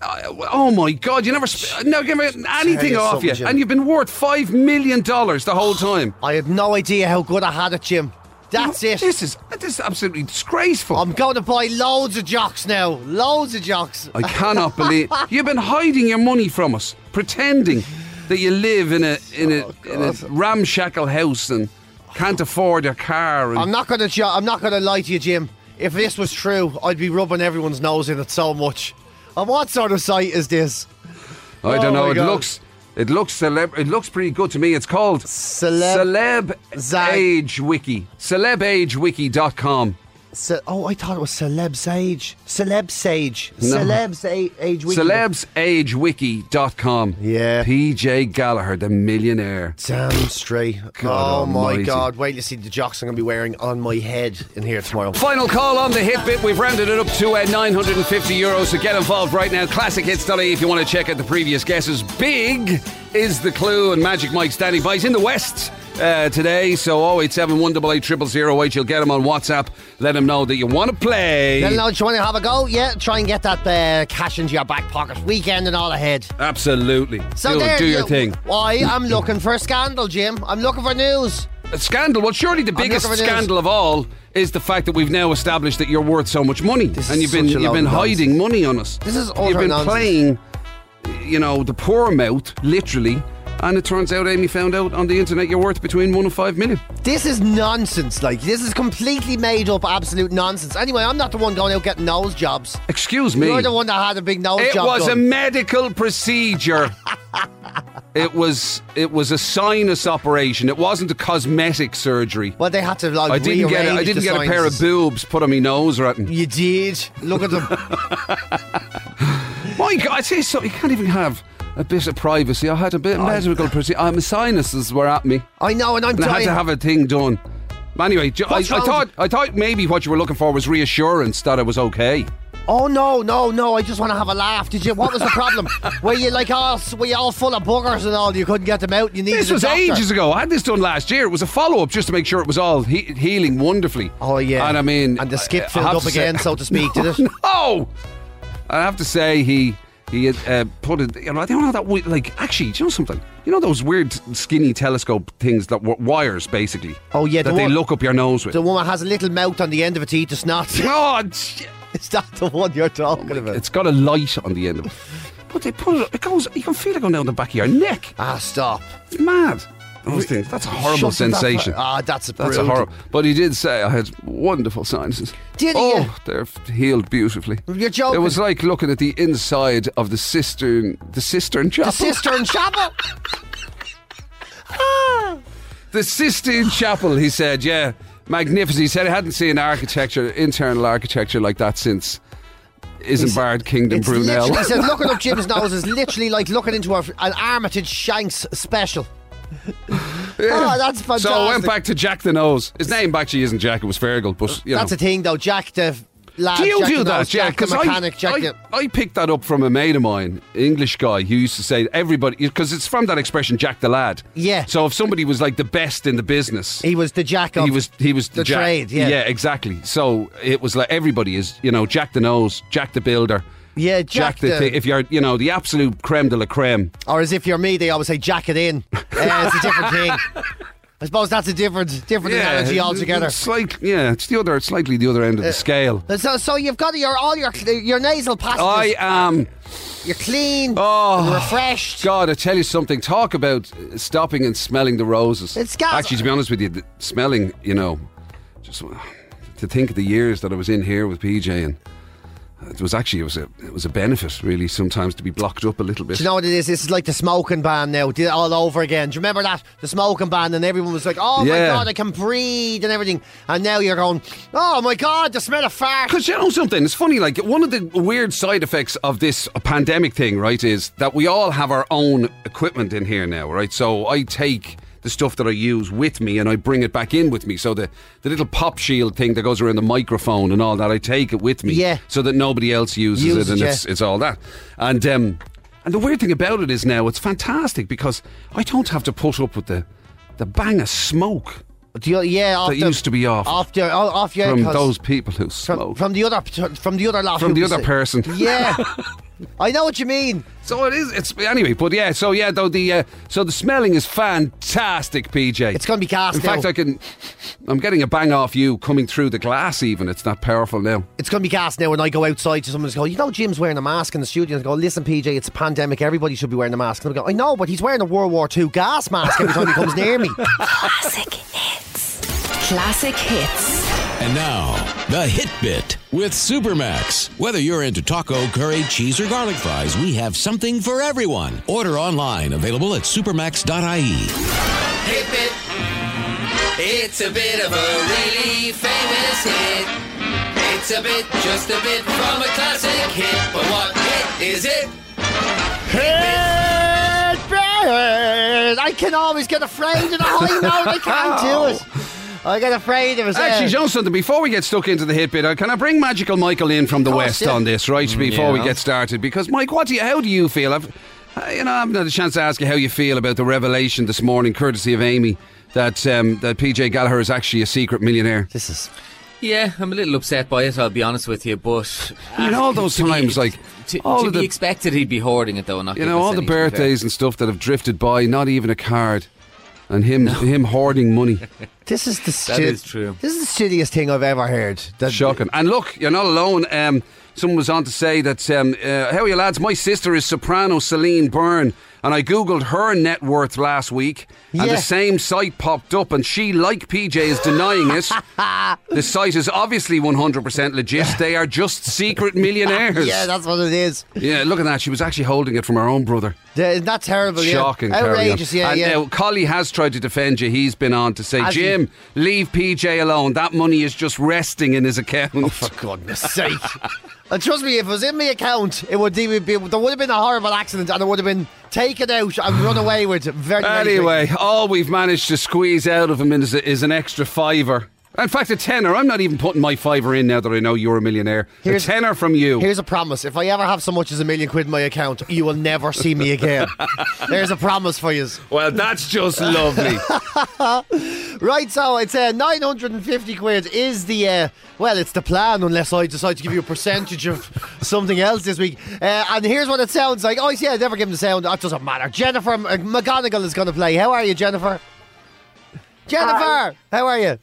Speaker 1: uh, oh my God, you never. Sp- no, give me anything
Speaker 2: you
Speaker 1: off
Speaker 2: something,
Speaker 1: you.
Speaker 2: Jim.
Speaker 1: And you've been worth $5 million dollars the
Speaker 2: [SIGHS]
Speaker 1: whole time.
Speaker 2: I had no idea how good I had it, Jim. That's it.
Speaker 1: This is, this is absolutely disgraceful.
Speaker 2: I'm going to buy loads of jocks now. Loads of jocks.
Speaker 1: I cannot
Speaker 2: [LAUGHS]
Speaker 1: believe you've been hiding your money from us, pretending that you live in a in
Speaker 2: Oh,
Speaker 1: a, in a ramshackle house and can't afford a car. And
Speaker 2: I'm not going to. Jo- I'm not going to lie to you, Jim. If this was true, I'd be rubbing everyone's nose in it so much. And what sort of site is this?
Speaker 1: I
Speaker 2: Oh
Speaker 1: don't know.
Speaker 2: my
Speaker 1: It
Speaker 2: God.
Speaker 1: looks it looks celeb. It looks pretty good to me. It's called
Speaker 2: Celeb-
Speaker 1: Celeb
Speaker 2: Zag-
Speaker 1: Age Wiki. CelebAgeWiki.com.
Speaker 2: Ce- oh, I thought it was Celeb Sage. Celeb Sage.
Speaker 1: No.
Speaker 2: Celeb Sage. Age Week.
Speaker 1: CelebsAgeWiki.com.
Speaker 2: Yeah.
Speaker 1: PJ Gallagher, the millionaire.
Speaker 2: Damn straight.
Speaker 1: God
Speaker 2: oh
Speaker 1: almighty.
Speaker 2: my god. Wait till you see the jocks I'm going to be wearing on my head in here tomorrow.
Speaker 1: Final call on the hit bit. We've rounded it up to uh, 950 euros. So get involved right now. ClassicHits.ie if you want to check out the previous guesses. Big is the clue, and Magic Mike standing by. He's in the West uh, today. So 087 188 0008. You'll get him on WhatsApp. Let him know that you want to play.
Speaker 2: Then, now, do you want to have a go? Yeah, try and get that uh, cash into your back pocket. Weekend and all ahead.
Speaker 1: Absolutely.
Speaker 2: So
Speaker 1: do
Speaker 2: there
Speaker 1: do your
Speaker 2: you-
Speaker 1: thing.
Speaker 2: I am looking for a scandal, Jim. I'm looking for news.
Speaker 1: A scandal. Well, surely the
Speaker 2: looking
Speaker 1: biggest
Speaker 2: for news.
Speaker 1: scandal of all is the fact that we've now established that you're worth so much money,
Speaker 2: This
Speaker 1: and
Speaker 2: is
Speaker 1: you've been
Speaker 2: such a
Speaker 1: you've
Speaker 2: load
Speaker 1: been
Speaker 2: of nonsense.
Speaker 1: hiding money on us.
Speaker 2: This is
Speaker 1: you've
Speaker 2: utter
Speaker 1: been
Speaker 2: nonsense.
Speaker 1: playing, you know, the poor mouth literally. And it turns out, Amy found out on the internet you're worth between one and five million.
Speaker 2: This is nonsense. Like this is completely made up, absolute nonsense. Anyway, I'm not the one going out getting nose jobs.
Speaker 1: Excuse me.
Speaker 2: You're the one that had a big nose
Speaker 1: it
Speaker 2: job.
Speaker 1: was a
Speaker 2: done.
Speaker 1: medical
Speaker 2: [LAUGHS]
Speaker 1: procedure. it was it was a sinus operation. It wasn't a cosmetic surgery.
Speaker 2: well, they had to like.
Speaker 1: I didn't get a, I
Speaker 2: rearrange
Speaker 1: didn't
Speaker 2: the
Speaker 1: get a pair of
Speaker 2: sinuses.
Speaker 1: boobs put on my nose or anything.
Speaker 2: You did. Look at them.
Speaker 1: [LAUGHS] My God, I say so. You can't even have a bit of privacy. I had a bit of medical privacy. Uh, my sinuses were at me,
Speaker 2: I know, and I'm
Speaker 1: and I had
Speaker 2: dying.
Speaker 1: to have a thing done. But Anyway, ju- I, I
Speaker 2: What's wrong?
Speaker 1: thought I thought maybe what you were looking for was reassurance that I was okay.
Speaker 2: oh no, no, no! I just want to have a laugh. Did you? What was
Speaker 1: [LAUGHS]
Speaker 2: the problem? were you like all? Were you all full of boogers and all? You couldn't get them out. You needed
Speaker 1: This
Speaker 2: a
Speaker 1: was
Speaker 2: doctor.
Speaker 1: ages ago. I had this done last year. It was a follow up just to make sure it was all he- healing wonderfully.
Speaker 2: Oh yeah.
Speaker 1: and I mean,
Speaker 2: and the
Speaker 1: I- I
Speaker 2: skip filled
Speaker 1: have
Speaker 2: up
Speaker 1: to say-
Speaker 2: again, so to speak.
Speaker 1: [LAUGHS]
Speaker 2: Did it?
Speaker 1: Oh, I have to say he he had, uh, put it. You know, I don't know that we, like actually. Do you know something? You know those weird skinny telescope things that were wires basically.
Speaker 2: Oh, yeah,
Speaker 1: that
Speaker 2: the
Speaker 1: they
Speaker 2: one-
Speaker 1: look up your nose with.
Speaker 2: The woman has a little mouth on the end of it to eat the snot. [LAUGHS]
Speaker 1: oh, it's,
Speaker 2: Is that the one you're talking about?
Speaker 1: it's got a light on the end of it. But they put it. It goes. You can feel it going down the back of your neck.
Speaker 2: Ah, stop.
Speaker 1: It's mad. Those things. That's a horrible
Speaker 2: Shut that-
Speaker 1: sensation.
Speaker 2: Ah, that's a
Speaker 1: That's a
Speaker 2: brutal.
Speaker 1: horrible. But he did say I had wonderful sinuses.
Speaker 2: Did he?
Speaker 1: Oh, they're f- healed beautifully.
Speaker 2: You're joking.
Speaker 1: It was like looking at the inside of the cistern, the cistern chapel,
Speaker 2: The cistern chapel. Ah.
Speaker 1: The Sistine Chapel. He said, yeah, magnificent. He said he hadn't seen architecture, internal architecture like that since Isambard Kingdom
Speaker 2: It's
Speaker 1: Brunel.
Speaker 2: literally- He said,
Speaker 1: [LAUGHS]
Speaker 2: looking up Jim's nose is literally like looking into a, an Armitage Shanks special. Oh, that's fantastic.
Speaker 1: [LAUGHS] So I went back to Jack the Nose. His name actually isn't Jack; it was Fergal. But you
Speaker 2: That's
Speaker 1: know.
Speaker 2: a thing, though. Jack the lad,
Speaker 1: Do you
Speaker 2: Jack
Speaker 1: do
Speaker 2: the
Speaker 1: that,
Speaker 2: nose,
Speaker 1: Jack?
Speaker 2: Jack the
Speaker 1: 'Cause I-
Speaker 2: mechanic, Jack
Speaker 1: I,
Speaker 2: the...
Speaker 1: I picked that up from a mate of mine, English guy, who used to say everybody because it's from that expression, Jack the lad.
Speaker 2: Yeah.
Speaker 1: So if somebody was like the best in the business,
Speaker 2: He was the Jack of...
Speaker 1: he was he was the,
Speaker 2: the
Speaker 1: Jack.
Speaker 2: trade, yeah.
Speaker 1: yeah, exactly. So it was like everybody is you know Jack the nose, Jack the builder,
Speaker 2: Yeah,
Speaker 1: Jack,
Speaker 2: Jack
Speaker 1: the,
Speaker 2: the-
Speaker 1: thi- if you're you know the absolute creme de la creme.
Speaker 2: Or as if you're me, they always say jack
Speaker 1: [LAUGHS]
Speaker 2: it in. Uh, it's a different thing. I suppose that's a different different analogy altogether. Uh,
Speaker 1: It's like yeah, it's the other, it's slightly the other end of the scale.
Speaker 2: So, so you've got your all your your nasal
Speaker 1: I
Speaker 2: passages.
Speaker 1: am.
Speaker 2: you're clean,
Speaker 1: Oh.
Speaker 2: refreshed.
Speaker 1: God, I tell you something. Talk about uh, stopping and smelling the roses.
Speaker 2: It's gas-
Speaker 1: Actually, to be honest with you, the smelling, you know, just uh, to think of the years that I was in here with PJ, and uh, it was actually it was a it was a benefit really sometimes to be blocked up a little bit.
Speaker 2: Do you know what it is? This is like the smoking ban now, did it all over again. Do you remember that? The smoking ban, and everyone was like, oh my
Speaker 1: Yeah.
Speaker 2: God, I can breathe and everything. And now you're going, oh my God, the smell of fart.
Speaker 1: Because you know something, it's funny. Like one of the weird side effects of this pandemic thing, right, is that we all have our own equipment in here now, right? So I take the stuff that I use with me and I bring it back in with me. So the the little pop shield thing that goes around the microphone and all that, I take it with me,
Speaker 2: Yeah.
Speaker 1: so that nobody else uses
Speaker 2: Use
Speaker 1: it, and
Speaker 2: it, yeah.
Speaker 1: it's it's all that. And um, and the weird thing about it is now it's fantastic because I don't have to put up with the the bang of smoke
Speaker 2: Do you- yeah, off
Speaker 1: that
Speaker 2: the,
Speaker 1: used to be off,
Speaker 2: off your, oh, off your
Speaker 1: from
Speaker 2: 'cause-
Speaker 1: those people who
Speaker 2: from,
Speaker 1: smoke.
Speaker 2: from the other from the other lot
Speaker 1: From
Speaker 2: who
Speaker 1: the
Speaker 2: was-
Speaker 1: other person. [LAUGHS]
Speaker 2: Yeah, I know what you mean.
Speaker 1: So it is. It's anyway, but yeah. So yeah, though the uh, so the smelling is fantastic, PJ.
Speaker 2: It's gonna be gas
Speaker 1: In fact,
Speaker 2: now.
Speaker 1: I can. I'm getting a bang off you coming through the glass. Even it's that powerful now.
Speaker 2: It's going to be gas now when I go outside to someone's go, you know, Jim's wearing a mask in the studio. And I go, listen, PJ, it's a pandemic. Everybody should be wearing a mask. And I go, I know, but he's wearing a World War II gas mask every time he comes near me.
Speaker 4: Classic hits. Classic hits. And now, the Hit Bit with Supermax. Whether you're into taco, curry, cheese, or garlic fries, we have something for everyone. Order online, available at supermax.ie.
Speaker 5: Hip it. It's a bit of a really famous hit. It's a bit, just a bit from a classic hit. But what hit is it?
Speaker 2: Hit Bit! I can always get afraid of the high note. I can't do it. I get afraid of it.
Speaker 1: Actually, John, something before we get stuck into the hit bit, uh, can I bring Magical Michael in from the
Speaker 2: course,
Speaker 1: West
Speaker 2: yeah.
Speaker 1: on this, right? Before we
Speaker 6: yeah.
Speaker 1: get started, because Mike, what do you, how do you feel? I've, uh, you know, I haven't had a chance to ask you how you feel about the revelation this morning, courtesy of Amy, that um, that PJ Gallagher is actually a secret millionaire.
Speaker 2: this is
Speaker 6: Yeah, I'm a little upset by it. I'll be honest with you, but
Speaker 1: You know, all those
Speaker 6: To be-
Speaker 1: times, like,
Speaker 6: to,
Speaker 1: all
Speaker 6: to
Speaker 1: of
Speaker 6: be
Speaker 1: the-
Speaker 6: expected, he'd be hoarding it though. Not
Speaker 1: You
Speaker 6: give
Speaker 1: know,
Speaker 6: us
Speaker 1: all the
Speaker 6: any, to be fair.
Speaker 1: birthdays and stuff that have drifted by, not even a card, and him him hoarding money.
Speaker 2: this is the
Speaker 6: That
Speaker 2: stu-
Speaker 6: is true.
Speaker 2: This is the shittiest thing I've ever heard. That-
Speaker 1: Shocking. And look, you're not alone. Um, someone was on to say that, um, uh, how are you lads? My sister is soprano Celine Byrne, and I Googled her net worth last week, and
Speaker 2: Yeah.
Speaker 1: the same site popped up, and she, like PJ, is denying it. the site is obviously 100% legit. They are just secret millionaires.
Speaker 2: Yeah, that's what it is.
Speaker 1: Yeah, look at that. She was actually holding it from her own brother.
Speaker 2: Yeah, Isn't that terrible? yeah?
Speaker 1: Shocking, carry on.
Speaker 2: outrageous. Yeah,
Speaker 1: and
Speaker 2: yeah.
Speaker 1: now Collie has tried to defend you. He's been on to say,
Speaker 2: Has he?
Speaker 1: Jim, leave PJ alone. That money is just resting in his account.
Speaker 2: Oh,
Speaker 1: [LAUGHS]
Speaker 2: goodness sake. And trust me, if it was in my account, it would even be, there would have been a horrible accident and it would have been taken out and run away with very very quickly.
Speaker 1: Anyway, all we've managed to squeeze out of him is, is an extra fiver. In fact, a tenner. I'm not even putting my fiver in now that I know you're a millionaire.
Speaker 2: Here's-
Speaker 1: a tenner from you.
Speaker 2: Here's a promise. If I ever have so much as a million quid in my account, you will never see me again. There's a promise for you.
Speaker 1: well, that's
Speaker 2: [LAUGHS]
Speaker 1: just lovely.
Speaker 2: Right, so it's uh, 950 quid is the, uh, well, it's the plan unless I decide to give you a
Speaker 1: [LAUGHS]
Speaker 2: percentage of something else this week. Uh, and here's what it sounds like. Oh, yeah, I never give him the sound. That doesn't matter. Jennifer M- McGonigal is going to play. How are you, Jennifer? Jennifer,
Speaker 7: Hi.
Speaker 2: how are you?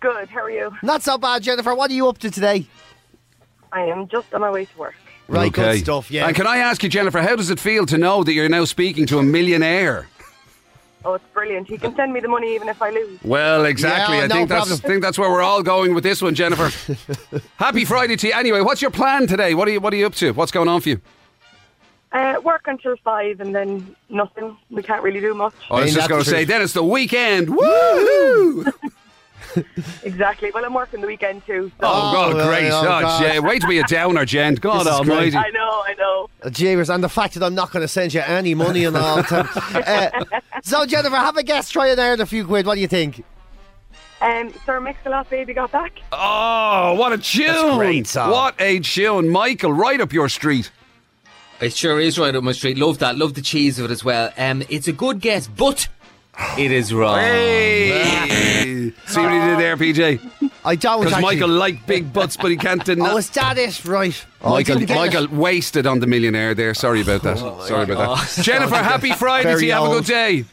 Speaker 7: Good. How are you?
Speaker 2: Not so bad, Jennifer. What are you up to today?
Speaker 7: I am just on my way to work.
Speaker 2: Right,
Speaker 1: okay.
Speaker 2: good stuff, yeah.
Speaker 1: And can I ask you, Jennifer, how does it feel to know that you're now speaking to a millionaire?
Speaker 7: Oh, it's brilliant.
Speaker 1: Uh,
Speaker 7: You can send me the money even if I lose.
Speaker 1: Well, exactly.
Speaker 2: Yeah,
Speaker 1: I
Speaker 2: no
Speaker 1: think that's
Speaker 2: problem.
Speaker 1: think that's where we're all going with this one,
Speaker 2: [LAUGHS]
Speaker 1: Jennifer. Happy Friday to you. Anyway, what's your plan today? What are you What are you up to? What's going on for you?
Speaker 7: Uh, work until five and then nothing. We can't really do much.
Speaker 1: Oh, I was
Speaker 2: Ain't
Speaker 1: just
Speaker 2: that
Speaker 1: going
Speaker 2: the
Speaker 1: to say,
Speaker 2: truth?
Speaker 1: then it's the weekend. Woo!
Speaker 7: Exactly. Well, I'm working the weekend too. So.
Speaker 1: Oh, God,
Speaker 2: well,
Speaker 1: great.
Speaker 2: oh,
Speaker 1: Oh,
Speaker 2: God.
Speaker 1: Jay, wait to be a downer, Jen. God
Speaker 2: This is great.
Speaker 1: almighty.
Speaker 7: I know. I know.
Speaker 2: Uh, Jeebus, and the fact that I'm not going to send you any money and all
Speaker 1: [LAUGHS]
Speaker 2: the time. Uh, so, Jennifer, have a guess. Try and earn a few quid. What do you think?
Speaker 7: Um, Sir Mix-a-Lot, baby, got back.
Speaker 1: Oh, what a tune.
Speaker 2: great song.
Speaker 1: What a tune. Michael, right up your street.
Speaker 6: It sure is right up my street. Love that. Love the cheese of it as well. Um, it's a good guess, but it is
Speaker 2: Oh,
Speaker 6: wrong.
Speaker 1: Hey! See what he did there, PJ?
Speaker 2: I don't
Speaker 1: Because
Speaker 2: actually.
Speaker 1: Michael liked big butts, but he
Speaker 2: [LAUGHS]
Speaker 1: can't deny.
Speaker 2: Oh, is that it? Right. Oh, I
Speaker 1: Michael,
Speaker 2: didn't get
Speaker 1: Michael
Speaker 2: it. Oh,
Speaker 1: wasted on the millionaire there. Sorry about that. Sorry about that. Jennifer, happy Friday to
Speaker 2: Very
Speaker 1: you. Have a
Speaker 2: old.
Speaker 1: good day.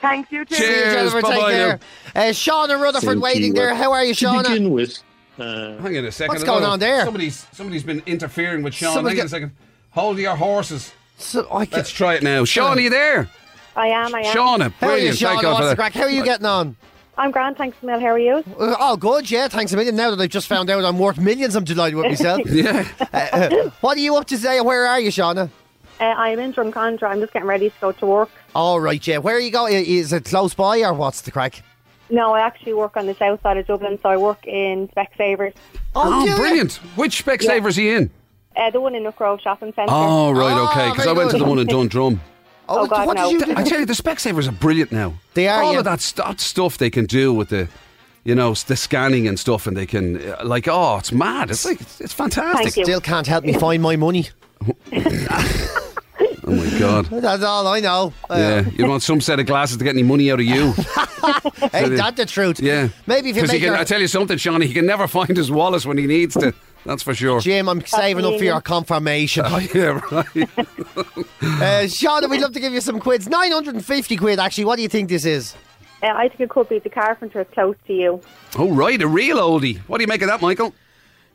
Speaker 7: Thanks, you too.
Speaker 1: Cheers.
Speaker 2: Jennifer, take
Speaker 1: Bye-bye
Speaker 2: care. Uh, Shauna Rutherford
Speaker 8: Same
Speaker 2: waiting there.
Speaker 8: keyword.
Speaker 2: How are you,
Speaker 8: to
Speaker 2: Shauna?
Speaker 8: begin with, uh,
Speaker 1: Hang on a second.
Speaker 2: What's
Speaker 1: I don't
Speaker 2: going
Speaker 1: know.
Speaker 2: on there?
Speaker 1: Somebody's somebody's been interfering with Sean.
Speaker 2: Somebody
Speaker 1: Hang on a
Speaker 2: get-
Speaker 1: second. Hold your horses.
Speaker 2: So, I
Speaker 1: Let's try it now. Sean, are you there?
Speaker 9: I am, I am.
Speaker 1: Shauna,
Speaker 2: How are you,
Speaker 1: brilliant. Thank God
Speaker 2: Shauna?
Speaker 1: for
Speaker 2: What's the
Speaker 1: that.
Speaker 2: crack? How are you getting on?
Speaker 9: I'm grand, thanks, Mel. How are you?
Speaker 2: Uh, Oh, good, yeah. Thanks a million. Now that I've just found out I'm worth millions, I'm delighted
Speaker 1: [LAUGHS]
Speaker 2: with myself.
Speaker 1: [LAUGHS] Yeah.
Speaker 2: what are you up to today? Where are you, Shauna?
Speaker 9: Uh, I'm in Drumcondra. I'm just getting ready to go to work.
Speaker 2: All right, yeah. Where are you going? Is it close by or what's the crack?
Speaker 9: No, I actually work on the south side of Dublin, so I work in Specsavers,
Speaker 1: Oh,
Speaker 2: do you?
Speaker 1: brilliant. Which Specsavers is he in?
Speaker 9: uh, the one in Nuckrove Shopping Centre.
Speaker 1: Oh, right,
Speaker 2: Oh,
Speaker 1: okay. Because
Speaker 2: very
Speaker 1: I went to
Speaker 2: good.
Speaker 1: the one in Dundrum.
Speaker 2: Oh,
Speaker 9: Oh, God,
Speaker 2: what
Speaker 9: no.
Speaker 2: did you
Speaker 1: I
Speaker 2: do?
Speaker 1: tell you, the Specsavers are brilliant now.
Speaker 2: They are,
Speaker 1: All
Speaker 2: yeah.
Speaker 1: of that st- stuff they can do with the, you know, s- the scanning and stuff, and they can uh, like, oh, it's mad. It's like it's, it's fantastic.
Speaker 9: Thank you.
Speaker 2: Still can't help me find my money.
Speaker 1: Oh my
Speaker 2: [LAUGHS]
Speaker 1: god.
Speaker 2: That's all I know. Uh,
Speaker 1: Yeah, you want some set of glasses to get any money out of
Speaker 2: [LAUGHS]
Speaker 1: you.
Speaker 2: Ain't that the truth?
Speaker 1: Yeah,
Speaker 2: Maybe if you
Speaker 1: Because he
Speaker 2: make
Speaker 1: can,
Speaker 2: your-
Speaker 1: I tell you something, Shawnee, he can never find his wallet when he needs to. That's for
Speaker 2: [LAUGHS]
Speaker 1: sure.
Speaker 2: Jim, I'm saving up for
Speaker 1: [LAUGHS]
Speaker 2: your confirmation.
Speaker 1: Oh, yeah, right.
Speaker 2: Uh, Shauna, we'd love to give you some quids. 950 quid, actually. What do you think this is?
Speaker 9: Uh, I think it could be the carpenter close to you.
Speaker 1: oh, right, a real oldie. What do you make of that, Michael?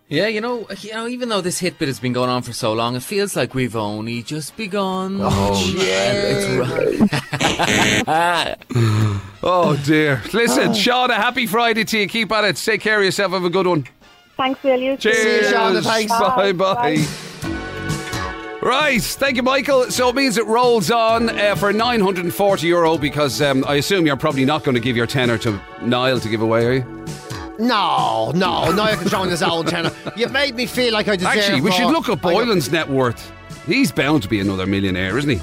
Speaker 6: Yeah, you know, you know, even though this hit bit has been going on for so long, it feels like we've only just begun. Oh,
Speaker 1: Oh dear. Listen, Sean, a happy Friday to you. Keep at it. Take care of yourself. Have a good one.
Speaker 9: Thanks, Will. You too.
Speaker 1: Cheers.
Speaker 2: Sean. Thanks.
Speaker 1: Bye
Speaker 9: Bye.
Speaker 1: bye.
Speaker 9: Bye.
Speaker 1: Right, thank you, Michael. So it means it rolls on uh, for 940 euro because um, I assume you're probably not going to give your tenner to Niall to give away, are you?
Speaker 2: No, no, no, you're controlling this old tenor. You've made me feel like I deserve
Speaker 1: Actually, we should
Speaker 2: more.
Speaker 1: look up
Speaker 2: I know-
Speaker 1: Boylan's net worth. He's bound to be another millionaire, isn't he?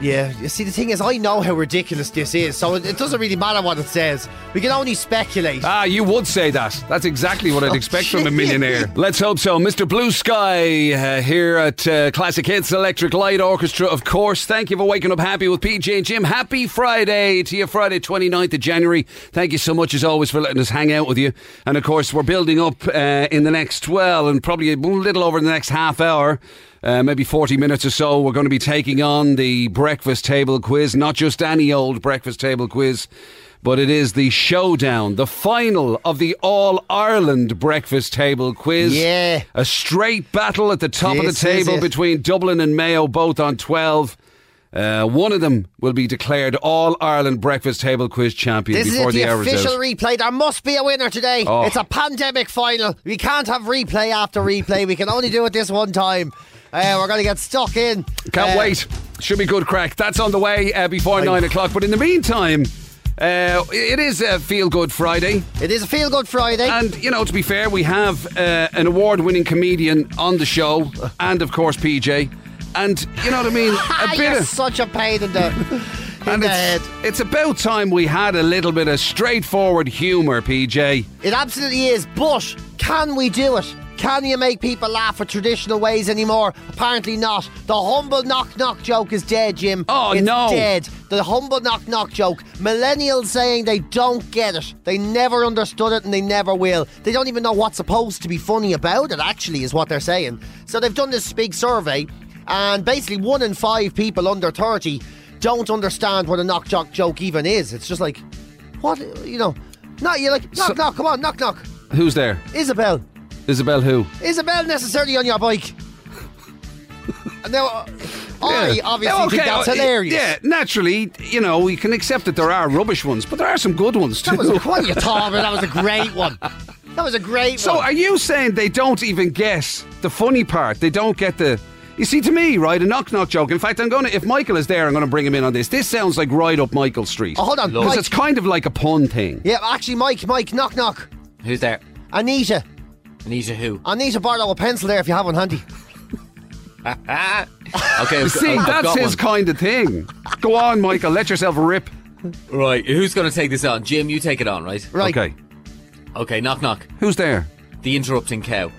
Speaker 2: Yeah, you see, the thing is, I know how ridiculous this is, so it, it doesn't really matter what it says. We can only speculate.
Speaker 1: Ah, you would say that. That's exactly what I'd expect from a millionaire. Let's hope so. Mr. Blue Sky uh, here at uh, Classic Hits Electric Light Orchestra, of course. Thank you for waking up happy with PJ and Jim. Happy Friday to you, Friday 29th of January. Thank you so much, as always, for letting us hang out with you. And, of course, we're building up uh, in the next, well, and probably a little over the next half hour. Uh, maybe 40 minutes or so, we're going to be taking on the breakfast table quiz. Not just any old breakfast table quiz but it is the showdown, the final of the All Ireland breakfast table quiz.
Speaker 2: Yeah.
Speaker 1: A straight battle at the top of the
Speaker 2: This is
Speaker 1: table
Speaker 2: it.
Speaker 1: between Dublin and Mayo, both on 12. Uh, one of them will be declared All Ireland breakfast table quiz champion
Speaker 2: this is
Speaker 1: before
Speaker 2: it, the,
Speaker 1: the hour is
Speaker 2: official
Speaker 1: out.
Speaker 2: replay. There must be a winner today.
Speaker 1: Oh.
Speaker 2: It's a pandemic final. We can't have replay after replay. we can only do it this one time. Uh, we're going to get stuck in.
Speaker 1: Can't
Speaker 2: Uh,
Speaker 1: wait. Should be good crack. That's on the way uh, before nine o'clock. But in the meantime, uh, it is uh, Feel Good Friday.
Speaker 2: It is a feel good Friday.
Speaker 1: And, you know, to be fair, we have uh, an award winning comedian on the show, and of course, PJ. And, you know what I
Speaker 2: [LAUGHS]
Speaker 1: mean?
Speaker 2: Ah,
Speaker 1: A
Speaker 2: you're
Speaker 1: bit of.
Speaker 2: such a
Speaker 1: [LAUGHS]
Speaker 2: pain in the, in
Speaker 1: And
Speaker 2: the head.
Speaker 1: it's, it's about time we had a little bit of straightforward humour, PJ.
Speaker 2: It absolutely is. But can we do it? Can you make people laugh for traditional ways anymore? Apparently not. The humble knock knock joke is dead, Jim.
Speaker 1: Oh,
Speaker 2: it's
Speaker 1: no.
Speaker 2: Dead. The humble knock knock joke. Millennials saying they don't get it. They never understood it and they never will. They don't even know what's supposed to be funny about it, actually, is what they're saying. So they've done this big survey, and basically one in five people under 30 don't understand what a knock knock joke even is. It's just like, what, you know. No, you're like, knock,
Speaker 1: So-
Speaker 2: knock, come on, knock, knock.
Speaker 1: Who's there?
Speaker 2: Isabel.
Speaker 1: Isabel who?
Speaker 2: Isabel necessarily on your bike. And now, uh, I
Speaker 1: [LAUGHS] Yeah.
Speaker 2: obviously
Speaker 1: Yeah,
Speaker 2: think that's
Speaker 1: uh,
Speaker 2: hilarious.
Speaker 1: Yeah, naturally, you know, we can accept that there are rubbish ones, but there are some good ones too.
Speaker 2: That was, what are you talking about? That was a great one. That was a great
Speaker 1: So
Speaker 2: one.
Speaker 1: are you saying they don't even guess the funny part? They don't get the. You see, to me, right, a knock knock joke. In fact, I'm gonna if Michael is there, I'm gonna bring him in on this. This sounds like right up Michael Street.
Speaker 2: Oh, hold on,
Speaker 1: because
Speaker 2: Mike.
Speaker 1: it's kind of like a pun thing.
Speaker 2: yeah, actually, Mike, Mike, knock, knock.
Speaker 6: Who's there?
Speaker 2: Anita.
Speaker 6: Anita
Speaker 1: [LAUGHS]
Speaker 6: who?
Speaker 2: Anita borrow a pencil there if you have one handy.
Speaker 6: Okay, I've got-
Speaker 1: See,
Speaker 6: I've
Speaker 1: that's
Speaker 6: got
Speaker 1: his
Speaker 6: one.
Speaker 1: kind of thing. Go on, Michael, let yourself rip.
Speaker 6: Right, who's going to take this on? Jim, you take it on, right?
Speaker 2: Right.
Speaker 1: Okay,
Speaker 6: Okay, knock knock.
Speaker 1: who's there?
Speaker 6: The interrupting cow.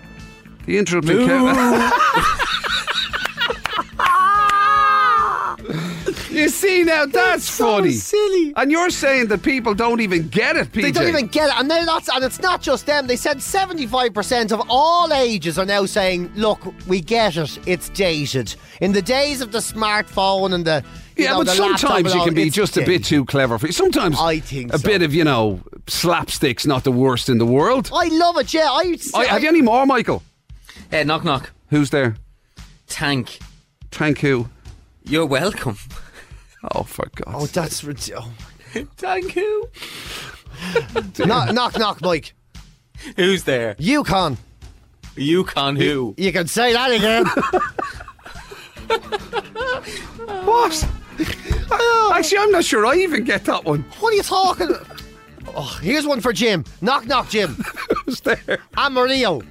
Speaker 1: The interrupting cow. [LAUGHS] You see now, that's, funny.
Speaker 2: silly.
Speaker 1: And you're saying that people don't even get it, PJ.
Speaker 2: They don't even get it, and they're not. And it's not just them. They said seventy-five percent of all ages are now saying, "Look, we get it. It's dated." In the days of the smartphone and the you
Speaker 1: Yeah,
Speaker 2: know,
Speaker 1: but
Speaker 2: the laptop
Speaker 1: sometimes
Speaker 2: and
Speaker 1: you
Speaker 2: all,
Speaker 1: can be
Speaker 2: it's
Speaker 1: just a bit
Speaker 2: dated.
Speaker 1: too clever for you. Sometimes
Speaker 2: I think
Speaker 1: a
Speaker 2: so.
Speaker 1: bit of, you know, slapstick's not the worst in the world.
Speaker 2: I love it. Yeah, Oh, I.
Speaker 1: I, have you any more, Michael? [LAUGHS]
Speaker 6: Hey, knock knock.
Speaker 1: Who's there?
Speaker 6: Tank.
Speaker 1: Thank you.
Speaker 6: You're welcome. [LAUGHS]
Speaker 1: Oh, for God.
Speaker 2: Oh, that's rid- oh.
Speaker 6: Tank who?
Speaker 2: knock, knock, knock, Mike.
Speaker 6: Who's there?
Speaker 2: You can.
Speaker 6: You can who?
Speaker 2: You can say
Speaker 1: [LAUGHS]
Speaker 2: that again. Oh,
Speaker 1: what? Actually, I'm not sure I even get that one. [LAUGHS]
Speaker 2: what are you talking? Oh, here's one for Jim. Knock, knock, Jim.
Speaker 1: Who's there?
Speaker 2: Amarillo.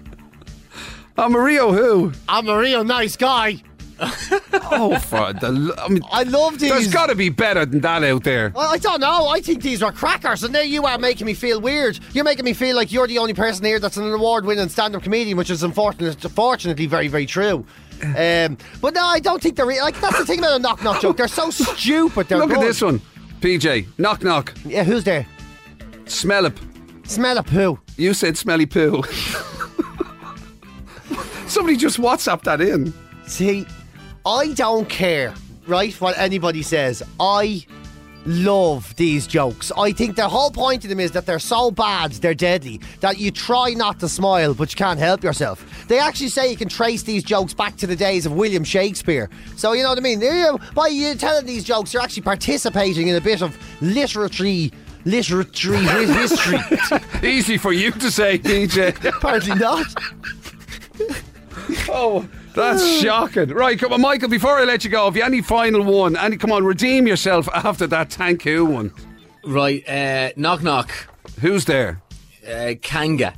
Speaker 1: Oh, Mario who?
Speaker 2: Amarillo, nice guy.
Speaker 1: Oh, for the... lo- I mean,
Speaker 2: I love these.
Speaker 1: there's got to be better than that out there.
Speaker 2: I, I don't know. I think these are crackers, and there you are making me feel weird. You're making me feel like you're the only person here that's an award-winning stand-up comedian, which is unfortunate, fortunately, very,
Speaker 1: [SIGHS]
Speaker 2: very true. Um, but no, I don't think they're re- like that's the thing about a knock-knock joke. They're
Speaker 1: [LAUGHS]
Speaker 2: so stupid. They're
Speaker 1: Look at
Speaker 2: good.
Speaker 1: this one. PJ, knock knock,
Speaker 2: Yeah, who's there?
Speaker 1: smell up.
Speaker 2: Smell a poo.
Speaker 1: You said smelly poo. [LAUGHS] Somebody just WhatsApp that in.
Speaker 2: See, I don't care, right? What anybody says. I love these jokes. I think the whole point of them is that they're so bad, they're deadly, that you try not to smile, but you can't help yourself. They actually say you can trace these jokes back to the days of William Shakespeare. So, you know what I mean? You- By you telling these jokes, you're actually participating in a bit of literary. Literary [LAUGHS] history.
Speaker 1: Easy for you to say, DJ.
Speaker 2: Apparently not.
Speaker 1: oh,
Speaker 2: [LAUGHS]
Speaker 1: that's shocking. Right, come on, Michael. Before I let you go, have you any final one? Any, come on, redeem yourself after that Tanku one.
Speaker 6: Right, uh, knock knock.
Speaker 1: Who's there?
Speaker 6: Uh, Kanga.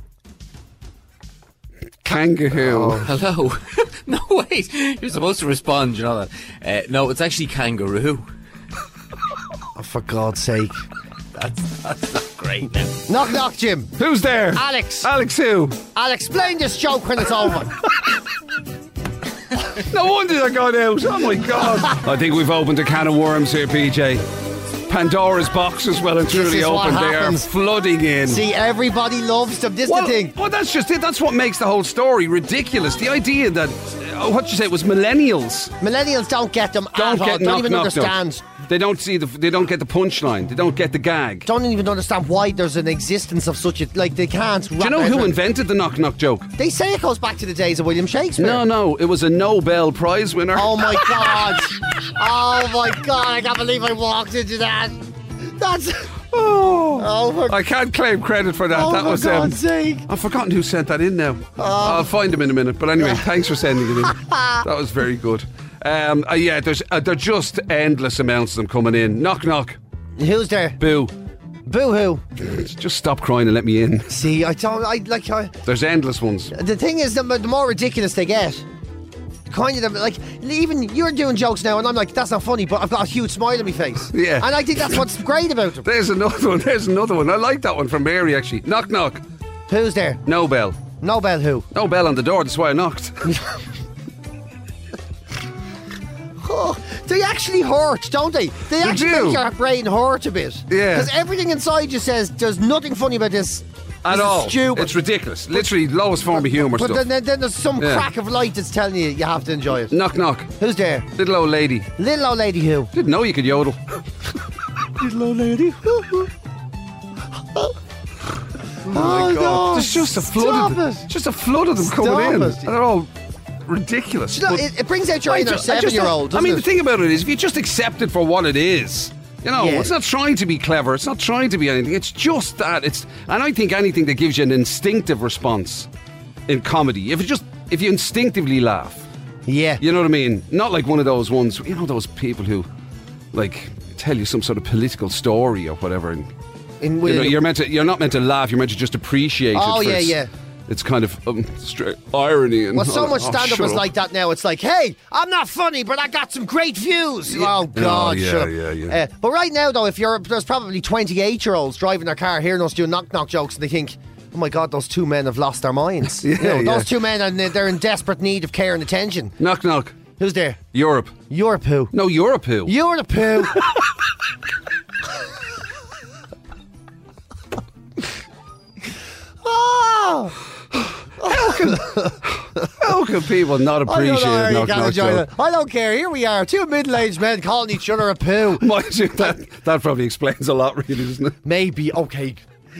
Speaker 1: Kangaroo.
Speaker 2: Oh.
Speaker 6: Hello. [LAUGHS] no, wait. You're supposed to respond, you know that. Uh, no, it's actually kangaroo.
Speaker 2: Oh, for God's sake.
Speaker 6: That's, that's not great now.
Speaker 2: Knock, knock, Jim.
Speaker 1: Who's there?
Speaker 2: Alex.
Speaker 1: Alex who?
Speaker 2: I'll explain this joke when
Speaker 1: [LAUGHS]
Speaker 2: it's over.
Speaker 1: No wonder they got out. Oh my
Speaker 2: [LAUGHS]
Speaker 1: god. I think we've opened a can of worms here, PJ. Pandora's box is well and
Speaker 2: This
Speaker 1: truly
Speaker 2: is what
Speaker 1: open. They are
Speaker 2: happens.
Speaker 1: flooding in.
Speaker 2: See, everybody loves them. This is
Speaker 1: well,
Speaker 2: the thing.
Speaker 1: well, that's just it. That's what makes the whole story ridiculous. The idea that, uh, what you say, it was millennials
Speaker 2: Millennials don't get them
Speaker 1: don't
Speaker 2: at all.
Speaker 1: get
Speaker 2: Don't
Speaker 1: knock,
Speaker 2: even
Speaker 1: knock, knock.
Speaker 2: understand.
Speaker 1: They don't see the. They don't get the punchline. They don't get the gag.
Speaker 2: Don't even understand why there's an existence of such a like. They can't.
Speaker 1: Do you know who invented the knock knock joke?
Speaker 2: They say it goes back to the days of William Shakespeare.
Speaker 1: No, no, it was a Nobel Prize winner.
Speaker 2: Oh my god. oh my god. I can't believe I walked into that. That's.
Speaker 1: Oh.
Speaker 2: Oh my.
Speaker 1: I can't claim credit for that.
Speaker 2: oh
Speaker 1: that
Speaker 2: for
Speaker 1: was um,
Speaker 2: God's sake. Oh.
Speaker 1: I've forgotten who sent that in now. I'll find him in a minute. But
Speaker 2: [LAUGHS]
Speaker 1: anyway, thanks for sending it in. that was very good. Um, uh, yeah, there's uh, there are just endless amounts of them coming in. Knock knock,
Speaker 2: Who's there?
Speaker 1: boo.
Speaker 2: Boo hoo.
Speaker 1: Just stop crying and let me in.
Speaker 2: See, I don't. I like. I,
Speaker 1: There's endless ones.
Speaker 2: The thing is, the, the more ridiculous they get, kind of the- like even you're doing jokes now, and I'm like, that's not funny, but I've got a huge smile on my face.
Speaker 1: Yeah.
Speaker 2: and I think that's what's great about them.
Speaker 1: There's another [LAUGHS] one. There's another one. I like that one from Mary actually. Knock knock,
Speaker 2: Who's there?
Speaker 1: no bell,
Speaker 2: Nobel who?
Speaker 1: no bell on the door. That's why I
Speaker 2: [LAUGHS]
Speaker 1: knocked.
Speaker 2: Oh, they actually hurt, don't they? They actually
Speaker 1: do.
Speaker 2: make your brain hurt a bit.
Speaker 1: Yeah.
Speaker 2: because everything inside you says there's nothing funny about this.
Speaker 1: At
Speaker 2: this is
Speaker 1: all.
Speaker 2: stupid.
Speaker 1: It's ridiculous. Literally lowest form of humour
Speaker 2: but
Speaker 1: stuff.
Speaker 2: then, then, then there's some
Speaker 1: Yeah.
Speaker 2: crack of light that's telling you you have to enjoy it.
Speaker 1: knock knock,
Speaker 2: Who's there?
Speaker 1: little old lady.
Speaker 2: Little old lady who?
Speaker 1: Didn't know you could yodel.
Speaker 2: Little old lady. oh my
Speaker 1: Oh God, there's just a flood of them.
Speaker 2: Oh, Stop it.
Speaker 1: Just a flood of them coming
Speaker 2: Stop
Speaker 1: in.
Speaker 2: it.
Speaker 1: And they're all ridiculous.
Speaker 2: Do you know,
Speaker 1: But
Speaker 2: it, it brings out your
Speaker 1: I ju- I
Speaker 2: inner
Speaker 1: just
Speaker 2: seven year old.
Speaker 1: don't- I mean, the thing about it is, if you just accept it for what it is, you know,
Speaker 2: Yeah.
Speaker 1: it's not trying to be clever. It's not trying to be anything. It's just that. It's and I think anything that gives you an instinctive response in comedy, if it just if you instinctively laugh,
Speaker 2: yeah.
Speaker 1: you know what I mean? Not like one of those ones, you know, those people who, like, tell you some sort of political story or whatever, and
Speaker 2: In,
Speaker 1: you know, you're meant to. You're not meant to laugh. You're meant to just appreciate.
Speaker 2: Oh,
Speaker 1: it for
Speaker 2: yeah,
Speaker 1: its,
Speaker 2: yeah.
Speaker 1: It's kind of um, straight irony and. [LAUGHS]
Speaker 2: well, so
Speaker 1: oh,
Speaker 2: much
Speaker 1: oh,
Speaker 2: stand up
Speaker 1: shut
Speaker 2: is
Speaker 1: up.
Speaker 2: like that now. It's like, hey, I'm not funny, but I got some great views. Oh, God,
Speaker 1: yeah,
Speaker 2: shut up.
Speaker 1: yeah, yeah.
Speaker 2: Uh, but right now, though, if you're there's probably 28 year olds driving their car hearing us do knock knock jokes and they think, oh my God, those two men have lost their minds. You
Speaker 1: [LAUGHS]
Speaker 2: know,
Speaker 1: yeah.
Speaker 2: Those two men, and they're in desperate need of care and attention.
Speaker 1: Knock knock.
Speaker 2: Who's there?
Speaker 1: Europe.
Speaker 2: You're a poo.
Speaker 1: No, Europe. Who?
Speaker 2: You're
Speaker 1: [LAUGHS]
Speaker 2: the poo. [LAUGHS] oh!
Speaker 1: How can people not
Speaker 2: [LAUGHS] I
Speaker 1: appreciate
Speaker 2: don't, know how
Speaker 1: a
Speaker 2: you
Speaker 1: knock
Speaker 2: can
Speaker 1: knock
Speaker 2: enjoy
Speaker 1: joke?
Speaker 2: that. I don't care. Here we are, two middle-aged men calling each other a poo.
Speaker 1: [LAUGHS] Mind you, that that probably explains a lot, really, doesn't it?
Speaker 2: Maybe okay.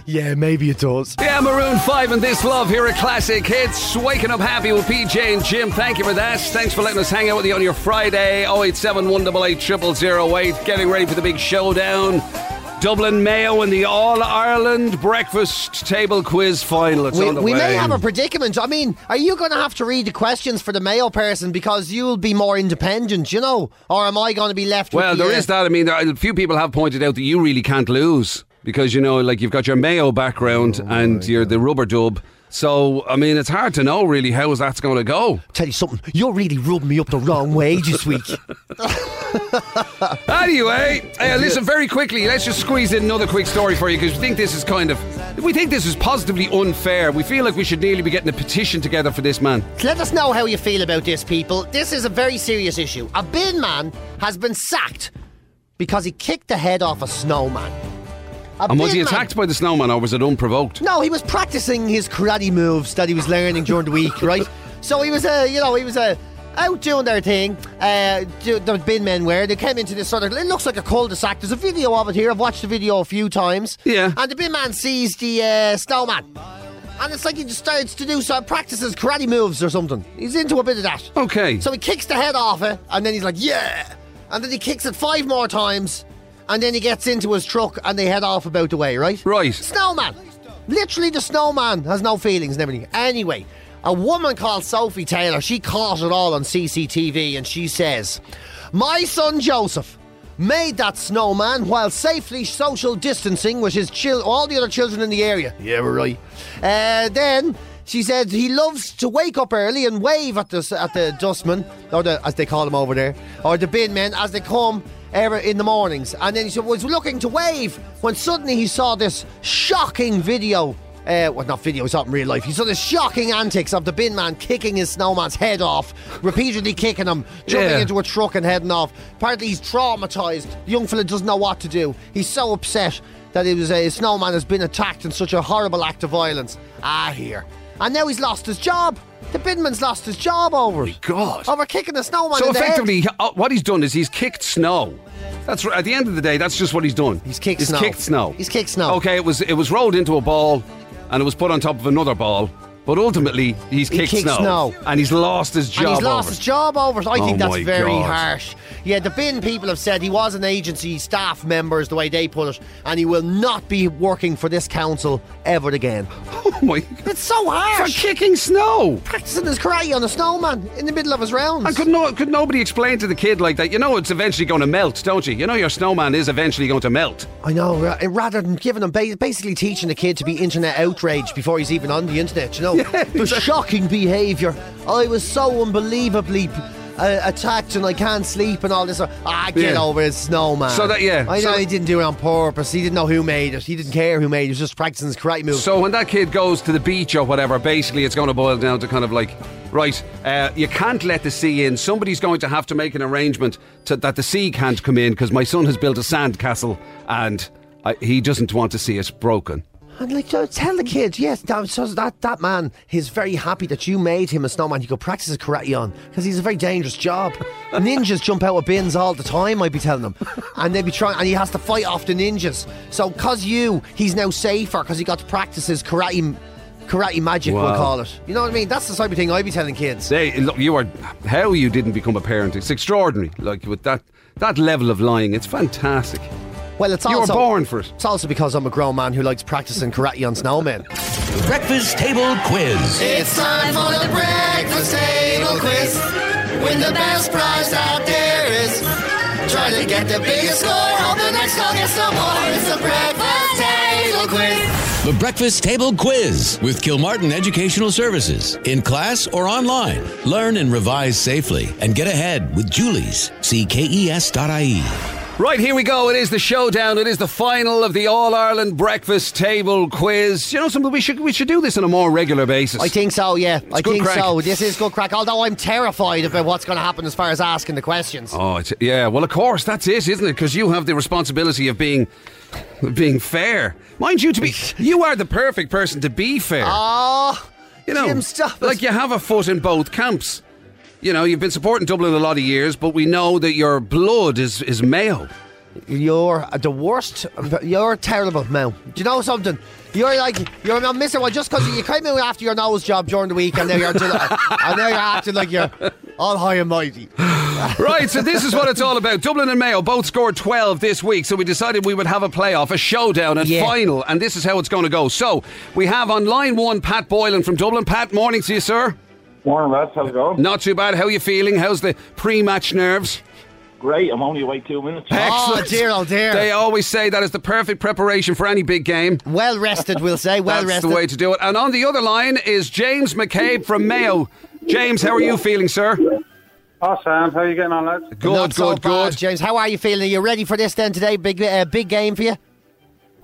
Speaker 2: Yeah, maybe it does.
Speaker 1: Yeah, Maroon 5 and This Love here at Classic Hits. Waking up happy with PJ and Jim. Thank you for that. Thanks for letting us hang out with you on your Friday. 087 188 0008. Getting ready for the big showdown. Dublin Mayo and the All Ireland Breakfast Table Quiz Final. It's
Speaker 2: We,
Speaker 1: on the
Speaker 2: we may
Speaker 1: way.
Speaker 2: have a predicament. I mean, are you going to have to read the questions for the Mayo person because you'll be more independent, you know, or am I going to be left?
Speaker 1: Well,
Speaker 2: with
Speaker 1: there
Speaker 2: the,
Speaker 1: is
Speaker 2: uh,
Speaker 1: that. I mean, there are, a few people have pointed out that you really can't lose because you know, like you've got your Mayo background
Speaker 2: Oh,
Speaker 1: and you're the rubber dub. So, I mean, it's hard to know really how that's going to go.
Speaker 2: Tell you something, you're really rubbing me up the wrong way
Speaker 1: [LAUGHS]
Speaker 2: this week.
Speaker 1: Anyway, uh, listen very quickly. Let's just squeeze in another quick story for you because we think this is kind of we think this is positively unfair. We feel like we should nearly be getting a petition together for this man.
Speaker 2: Let us know how you feel about this, people. This is a very serious issue. A bin man has been sacked because he kicked the head off a snowman. A
Speaker 1: And was
Speaker 2: bin
Speaker 1: he
Speaker 2: man-
Speaker 1: attacked by the snowman or was it unprovoked?
Speaker 2: No, he was practicing his karate moves that he was learning during the week, right? So he was a, you know, he was a, out doing their thing. Uh, do, the bin men were. They came into this sort of. It looks like a cul-de-sac. There's a video of it here. I've watched the video a few times.
Speaker 1: Yeah.
Speaker 2: And the bin man sees the uh, snowman, and it's like he just starts to do some practices karate moves or something. He's into a bit of that.
Speaker 1: Okay.
Speaker 2: So he kicks the head off it, and then he's like, yeah! And then he kicks it five more times, and then he gets into his truck, and they head off about the way, right?
Speaker 1: Right.
Speaker 2: Snowman! Literally, the snowman has no feelings and everything. Anyway, a woman called Sophie Taylor, she caught it all on CCTV, and she says, My son Joseph made that snowman while safely social distancing with his chil- all the other children in the area. Yeah, we're right. Uh, then she said he loves to wake up early and wave at the at the dustman or the as they call them over there or the bin men as they come ever in the mornings. And then he said, was looking to wave when suddenly he saw this shocking video. Uh, well, not video, he saw it in real life. He saw the shocking antics of the bin man kicking his snowman's head off, repeatedly kicking him, jumping
Speaker 1: Yeah.
Speaker 2: into a truck and heading off. Apparently, he's traumatized. The young fella doesn't know what to do. He's so upset that he was a snowman has been attacked in such a horrible act of violence. Ah, here. And now he's lost his job. The binman's lost his job over it.
Speaker 1: God.
Speaker 2: Over kicking a snowman
Speaker 1: So
Speaker 2: in the head.
Speaker 1: effectively, he- uh, what he's done is he's kicked snow. That's r- at the end of the day. That's just what he's done.
Speaker 2: He's kicked
Speaker 1: he's
Speaker 2: snow.
Speaker 1: Kicked snow.
Speaker 2: He's kicked snow.
Speaker 1: Okay, it was it was rolled into a ball, and it was put on top of another ball. But ultimately, he's
Speaker 2: He
Speaker 1: kicked
Speaker 2: kicked snow.
Speaker 1: and he's lost his job.
Speaker 2: and he's lost
Speaker 1: over
Speaker 2: his
Speaker 1: it. [LAUGHS]
Speaker 2: job over it. I
Speaker 1: Oh
Speaker 2: think that's
Speaker 1: my
Speaker 2: very
Speaker 1: God.
Speaker 2: harsh. Yeah, the bin people have said he was an agency staff member, is the way they put it, and he will not be working for this council ever again.
Speaker 1: Oh my!
Speaker 2: It's so
Speaker 1: For
Speaker 2: harsh.
Speaker 1: kicking snow.
Speaker 2: Practicing his karate on a snowman in the middle of his rounds.
Speaker 1: And could no could nobody explain to the kid like that? You know, it's eventually going to melt, don't you? You know, your snowman is eventually going to melt.
Speaker 2: I know. ra- Rather than giving him, ba- basically teaching the kid to be internet outraged before he's even on the internet.
Speaker 1: [LAUGHS]
Speaker 2: You know, the shocking behaviour. I was so unbelievably uh, attacked, and I can't sleep, and all this. Ah, get
Speaker 1: Yeah.
Speaker 2: over it, snowman.
Speaker 1: So that- yeah,
Speaker 2: I
Speaker 1: so
Speaker 2: know
Speaker 1: that-
Speaker 2: he didn't do it on purpose. He didn't know who made it. He didn't care who made it. He was just practicing his karate move.
Speaker 1: So when that kid goes to the beach or whatever, basically it's going to boil down to kind of like, right, uh, you can't let the sea in. Somebody's going to have to make an arrangement to, that the sea can't come in because my son has built a sand castle and I, he doesn't want to see it broken.
Speaker 2: And like, so tell the kids, yes, that, so that that man is very happy that you made him a snowman. He could practice his karate on because he's a very dangerous job. ninjas jump out of bins all the time. I'd be telling them, and they'd be trying, and he has to fight off the ninjas. So, cause you, he's now safer because he got to practice his karate. Karate magic,
Speaker 1: Wow.
Speaker 2: we'll call it. You know what I mean? That's the type of thing I'd be telling kids.
Speaker 1: They, look, you are how you didn't become a parent. It's extraordinary. Like with that that level of lying, it's fantastic.
Speaker 2: Well, it's
Speaker 1: You were
Speaker 2: also
Speaker 1: born for it.
Speaker 2: It's also because I'm a grown man who likes practicing karate on snowmen.
Speaker 4: Breakfast Table Quiz.
Speaker 5: It's time for the breakfast table quiz. Win the best prize out there is. Try to get the biggest score. Hope the next call gets no more. It's the breakfast table quiz.
Speaker 4: The Breakfast Table Quiz with Kilmartin Educational Services. In class or online. Learn and revise safely and get ahead with Julie's. E See KES.ie.
Speaker 1: Right, here we go. It is the showdown. It is the final of the All Ireland Breakfast Table Quiz. You know something? We should we should do this on a more regular basis.
Speaker 2: I think so, yeah. I
Speaker 1: good
Speaker 2: think
Speaker 1: crack.
Speaker 2: so. This is good crack. Although I'm terrified about what's going to happen as far as asking the questions.
Speaker 1: Oh, it's, yeah. Well, of course, that's it, isn't it? Because you have the responsibility of being, of being fair. Mind you, to be, you are the perfect person to be fair.
Speaker 2: Oh,
Speaker 1: you know,
Speaker 2: Jim, stop it.
Speaker 1: like you have a foot in both camps. You know, you've been supporting Dublin a lot of years, but we know that your blood is is Mayo.
Speaker 2: you're the worst. You're terrible, Mel. Do you know something? You're like you're not missing one just because you came in after your nose job during the week, and now
Speaker 1: [LAUGHS]
Speaker 2: you're doing, and now you're acting like you're all high and mighty.
Speaker 1: Right, so this is what it's all about. Dublin and Mayo both scored 12 this week, so we decided we would have a playoff, a showdown, a
Speaker 2: Yeah.
Speaker 1: final, and this is how it's going to go. So, we have on line one Pat Boylan from Dublin. Pat, morning to you, sir.
Speaker 8: Morning, lads. How's it going?
Speaker 1: Not too bad. How you feeling? How's the pre-match nerves?
Speaker 8: Great. I'm only away two minutes.
Speaker 2: Oh dear, oh dear.
Speaker 1: They always say that is the perfect preparation for any big game.
Speaker 2: well rested, we'll say. Well
Speaker 1: That's
Speaker 2: rested.
Speaker 1: the way to do it. And on the other line is James McCabe from Mayo. James, how are you feeling, sir?
Speaker 8: Oh, Sam, how are you getting on, lads?
Speaker 1: Good,
Speaker 2: Not
Speaker 1: good,
Speaker 2: so bad,
Speaker 1: good.
Speaker 2: James. How are you feeling? Are you ready for this then today? Big, uh, big game for you.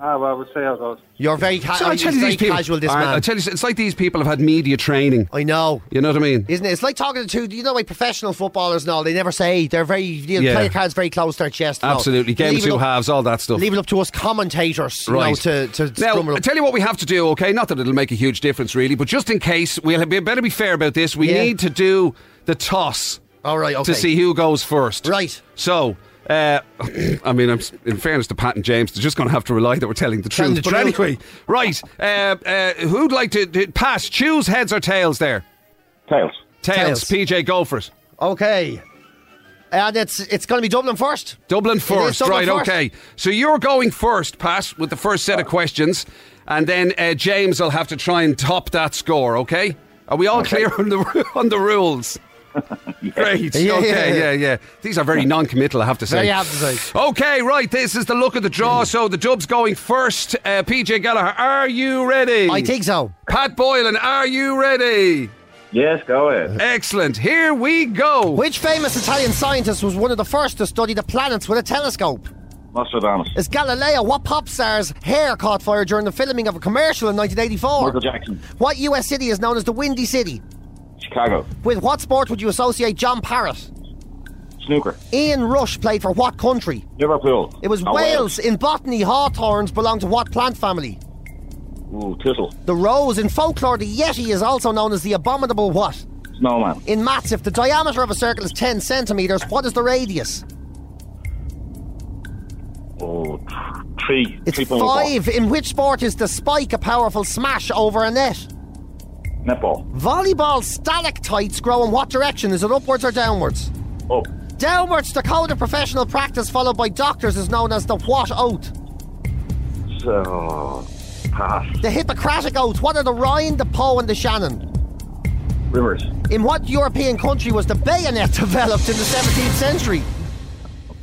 Speaker 8: Ah, well, we'll see how it goes.
Speaker 2: You're very, ca-
Speaker 1: So I tell
Speaker 2: he's
Speaker 1: you,
Speaker 2: very
Speaker 1: these people.
Speaker 2: casual. This
Speaker 1: I-
Speaker 2: man.
Speaker 1: I tell you, it's like these people have had media training.
Speaker 2: I know.
Speaker 1: You know what I mean?
Speaker 2: Isn't it? It's like talking to two, you know, like professional footballers and all. They never say they're very, you know,
Speaker 1: Yeah.
Speaker 2: player cards very close to their chest. and all.
Speaker 1: Absolutely.
Speaker 2: They
Speaker 1: Game
Speaker 2: leave it
Speaker 1: two
Speaker 2: up-
Speaker 1: halves, all that stuff.
Speaker 2: Leave it up to us commentators, you
Speaker 1: Right.
Speaker 2: know, to to
Speaker 1: now,
Speaker 2: drum it
Speaker 1: I
Speaker 2: up.
Speaker 1: tell you what we have to do, okay? Not that it'll make a huge difference, really, but just in case, we'll be, better be fair about this. We
Speaker 2: Yeah.
Speaker 1: need to do the toss.
Speaker 2: All right, okay.
Speaker 1: To see who goes first.
Speaker 2: Right.
Speaker 1: So, uh, [COUGHS] I mean, I'm, s- in fairness to Pat and James, they're just going to have to rely that we're telling the
Speaker 2: Telling
Speaker 1: truth.
Speaker 2: the
Speaker 1: but
Speaker 2: truth.
Speaker 1: anyway, right. Uh, uh, who'd like to, to pass? Choose heads or tails there.
Speaker 8: Tails.
Speaker 1: Tails.
Speaker 2: Tails.
Speaker 1: PJ, go for it.
Speaker 2: Okay. And it's it's going to be Dublin first.
Speaker 1: Dublin first,
Speaker 2: Dublin
Speaker 1: right?
Speaker 2: first. Oh.
Speaker 1: Okay. So you're going first, Pat, with the first set of questions, and then uh, James will have to try and top that score. Okay? Are we all clear on the [LAUGHS] on the
Speaker 2: [LAUGHS]
Speaker 1: rules? Great.
Speaker 2: Yeah,
Speaker 1: okay. Yeah,
Speaker 2: yeah,
Speaker 1: yeah, These are very non-committal, I have to say.
Speaker 2: Very have to say. Mm.
Speaker 1: Okay. Right. This is the look of the draw. So the Dubs going first. Uh, PJ Gallagher, are you ready?
Speaker 2: I think so.
Speaker 1: Pat Boylan, are you ready?
Speaker 8: Yes, go ahead.
Speaker 1: Excellent. Here we go.
Speaker 2: Which famous Italian scientist was one of the first to study the planets with a telescope?
Speaker 8: Nostradamus.
Speaker 2: Is Galileo what pop star's hair caught fire during the filming of a commercial in 1984?
Speaker 8: Michael Jackson.
Speaker 2: What US city is known as the Windy City?
Speaker 8: Chicago.
Speaker 2: With what sport would you associate John Parrott?
Speaker 8: Snooker.
Speaker 2: Ian Rush played for what country?
Speaker 8: Liverpool.
Speaker 2: It was
Speaker 8: Oh,
Speaker 2: Wales. In botany, hawthorns belong to what plant family?
Speaker 8: Ooh, Thistle.
Speaker 2: The rose. In folklore, the Yeti is also known as the abominable what?
Speaker 8: Snowman.
Speaker 2: In maths, if the diameter of a circle is 10 centimetres, what is the radius?
Speaker 8: Oh, th- three.
Speaker 2: It's
Speaker 8: three point
Speaker 2: five. In which sport is the spike a powerful smash over a net?
Speaker 8: Netball.
Speaker 2: Volleyball stalactites grow in what direction? Is it upwards or downwards?
Speaker 8: Up.
Speaker 2: Downwards, the code of professional practice followed by doctors is known as the what oath?
Speaker 8: So, pass.
Speaker 2: The Hippocratic oath. What are the Rhine, the Po, and the Shannon?
Speaker 8: Rivers.
Speaker 2: In what European country was the bayonet [LAUGHS] developed in the 17th century?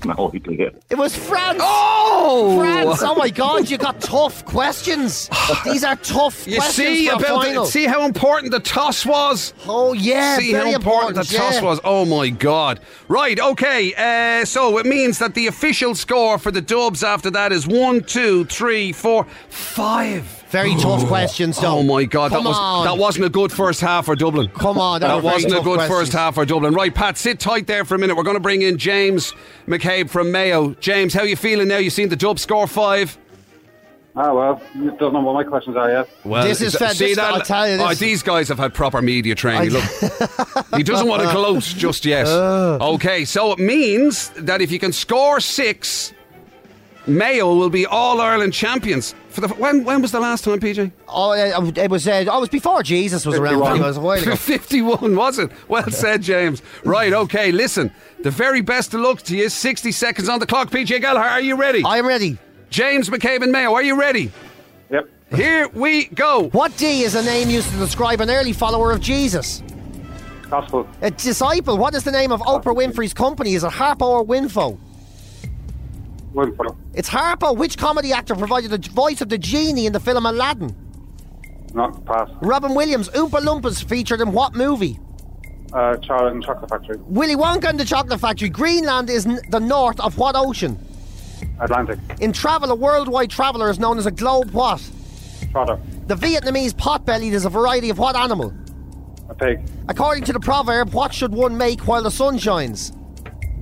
Speaker 8: No, he did it.
Speaker 2: It was France.
Speaker 1: Oh!
Speaker 2: France! Oh my God, you got
Speaker 1: [LAUGHS]
Speaker 2: tough questions. These are tough
Speaker 1: You
Speaker 2: questions
Speaker 1: see
Speaker 2: for a
Speaker 1: about
Speaker 2: final.
Speaker 1: the, see how important the toss was.
Speaker 2: oh yeah,
Speaker 1: see how
Speaker 2: very
Speaker 1: important, the toss
Speaker 2: yeah.
Speaker 1: was. Oh my god! Right, okay. Uh, so it means that the official score for the Dubs after that is one, two, three, four, five.
Speaker 2: Very tough questions, though.
Speaker 1: Oh my god!
Speaker 2: Come
Speaker 1: that was
Speaker 2: on.
Speaker 1: that wasn't a good first half for Dublin.
Speaker 2: Come on, that
Speaker 1: that
Speaker 2: was very
Speaker 1: wasn't a
Speaker 2: tough
Speaker 1: good
Speaker 2: questions.
Speaker 1: first half for Dublin. Right, Pat, sit tight there for a minute. We're going to bring in James McCabe from Mayo. James, how you feeling now? You seen the Dubs score five?
Speaker 8: Ah, well, you don't know what my questions are yet.
Speaker 1: Well,
Speaker 2: This is fan-
Speaker 1: see
Speaker 2: this-
Speaker 1: that?
Speaker 2: I'll tell you
Speaker 1: Oh,
Speaker 2: this-
Speaker 1: these guys have had proper media training. Look, he doesn't
Speaker 2: [LAUGHS]
Speaker 1: want to gloat just yet.
Speaker 2: Oh.
Speaker 1: Okay, so it means that if you can score six, Mayo will be All Ireland champions. For the when when was the last time, PJ?
Speaker 2: Oh, uh, it was. Uh, oh, it was before Jesus was around. It was a while ago.
Speaker 1: [LAUGHS] Fifty-one, was it? Well said, James. Right, okay. Listen, the very best of luck to you. Sixty seconds on the clock. PJ Gallagher, are you ready?
Speaker 2: I am ready.
Speaker 1: James McCabe and Mayo, are you ready?
Speaker 8: Yep.
Speaker 1: Here we go.
Speaker 2: What D is a name used to describe an early follower of Jesus?
Speaker 8: Gospel.
Speaker 2: A disciple. What is the name of Oprah Winfrey's company? Is it Harpo or Winfo?
Speaker 8: Winfrey.
Speaker 2: It's Harpo. Which comedy actor provided the voice of the genie in the film Aladdin?
Speaker 8: Not pass.
Speaker 2: Robin Williams. Oompa Loompas featured in what movie?
Speaker 8: Uh, Charlie and the Chocolate Factory.
Speaker 2: Willy Wonka and the Chocolate Factory. Greenland is n- the north of what ocean?
Speaker 8: Atlantic.
Speaker 2: In travel, a worldwide traveller is known as a globe what?
Speaker 8: Trotter.
Speaker 2: The Vietnamese potbellied is a variety of what animal?
Speaker 8: A pig.
Speaker 2: According to the proverb, what should one make while the sun shines?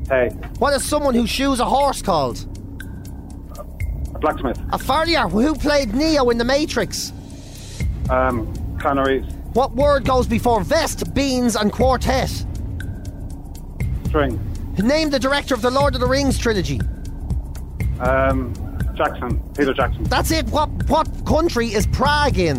Speaker 8: Hey.
Speaker 2: What is someone who shoes a horse called?
Speaker 8: A blacksmith.
Speaker 2: A farrier. Who played Neo in The Matrix?
Speaker 8: Um, canneries.
Speaker 2: What word goes before vest, beans, and quartet?
Speaker 8: String.
Speaker 2: Name the director of the Lord of the Rings trilogy.
Speaker 8: Um, Jackson. Peter Jackson.
Speaker 2: That's it. What what country is Prague in?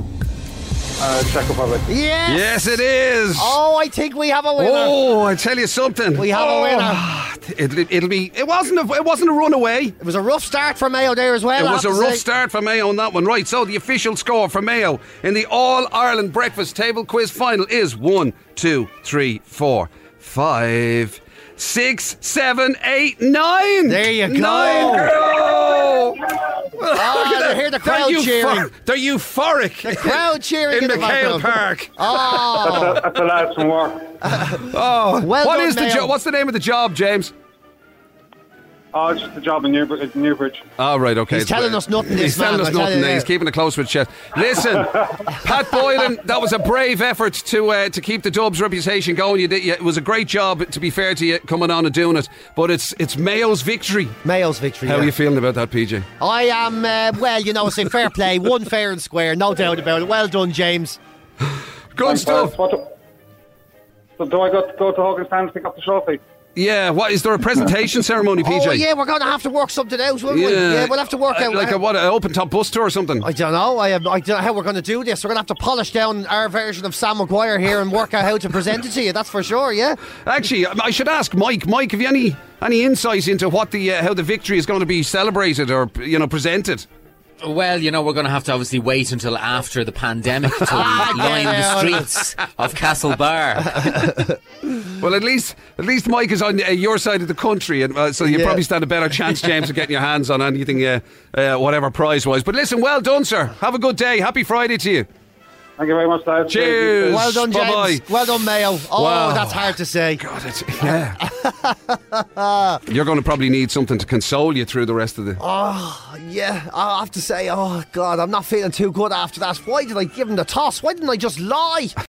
Speaker 8: Uh, Czech Republic.
Speaker 2: Yes.
Speaker 1: Yes, it is.
Speaker 2: Oh, I think we have a winner.
Speaker 1: Oh, I tell you something.
Speaker 2: We have a
Speaker 1: winner. It, it, will be. It wasn't. A, it wasn't a runaway.
Speaker 2: It was a rough start for Mayo there as well.
Speaker 1: It
Speaker 2: I
Speaker 1: was a
Speaker 2: have to
Speaker 1: rough
Speaker 2: say.
Speaker 1: start for Mayo on that one. Right. So the official score for Mayo in the All Ireland Breakfast Table Quiz final is one, two, three, four, five, six, seven, eight, nine.
Speaker 2: There you go.
Speaker 1: Nine. Oh.
Speaker 2: Oh, I hear the crowd
Speaker 1: they're, euphor-
Speaker 2: cheering.
Speaker 1: they're euphoric. The
Speaker 2: crowd cheering
Speaker 1: in,
Speaker 2: in the
Speaker 1: McHale
Speaker 2: background.
Speaker 1: Park.
Speaker 2: Oh,
Speaker 8: That's, that's the last from work.
Speaker 2: well
Speaker 1: What
Speaker 2: done,
Speaker 1: is the
Speaker 2: Mayo.
Speaker 1: job? What's the name of the job, James?
Speaker 8: Oh, it's just a job in Newbridge. Newbridge.
Speaker 1: All right, okay.
Speaker 2: He's
Speaker 1: It's-
Speaker 2: telling us nothing,
Speaker 1: He's
Speaker 2: this man,
Speaker 1: telling us
Speaker 2: I tell
Speaker 1: nothing.
Speaker 2: you
Speaker 1: there.
Speaker 2: that.
Speaker 1: He's keeping it close with chest.
Speaker 2: [LAUGHS]
Speaker 1: Listen, Pat Boylan, that was a brave effort to uh, to keep the Dubs' reputation going. You did. You, it was a great job. To be fair to you, coming on and doing it. But it's it's Mayo's victory.
Speaker 2: Mayo's victory.
Speaker 1: How
Speaker 2: yeah.
Speaker 1: are you feeling about that, PJ?
Speaker 2: I am, uh, well, you know, it's a
Speaker 1: [LAUGHS]
Speaker 2: fair play, one fair and square, no doubt about it. Well done, James.
Speaker 1: Good
Speaker 8: Thanks,
Speaker 1: stuff.
Speaker 8: Paul. What do- So do I got to go to Hogan's Stand to pick up the trophy?
Speaker 1: Yeah, what is there a presentation ceremony, PJ?
Speaker 2: Oh yeah, we're gonna have to work something out, won't we?
Speaker 1: Yeah.
Speaker 2: Yeah, we'll have to work
Speaker 1: Uh,
Speaker 2: out
Speaker 1: like
Speaker 2: how-
Speaker 1: a, what an open top bus tour or something.
Speaker 2: I don't know. I, have, I don't know how we're going to do this. We're going to have to polish down our version of Sam McGuire here and work out how to present it to you. That's for sure. Yeah.
Speaker 1: Actually, I should ask Mike. Mike, have you any any insight into what the uh, how the victory is going to be celebrated or you know presented?
Speaker 6: Well, you know, we're going to have to obviously wait until after the pandemic to line the streets of Castle Bar.
Speaker 1: Well, at least at least Mike is on uh, your side of the country, and uh, so you
Speaker 2: Yeah.
Speaker 1: probably stand a better chance, James, of getting your hands on anything, uh, uh, whatever prize was. But listen, well done, sir. Have a good day. Happy Friday to you.
Speaker 8: Thank you very much, lads.
Speaker 1: Cheers.
Speaker 2: Well done, James.
Speaker 1: Bye-bye.
Speaker 2: Well done, Mayo. Oh,
Speaker 1: Wow.
Speaker 2: that's hard to say.
Speaker 1: God, it's, yeah. [LAUGHS] You're going to probably need something to console you through the rest of the.
Speaker 2: Yeah, I have to say. Oh God, I'm not feeling too good after that. Why did I give him the toss? Why didn't I just lie?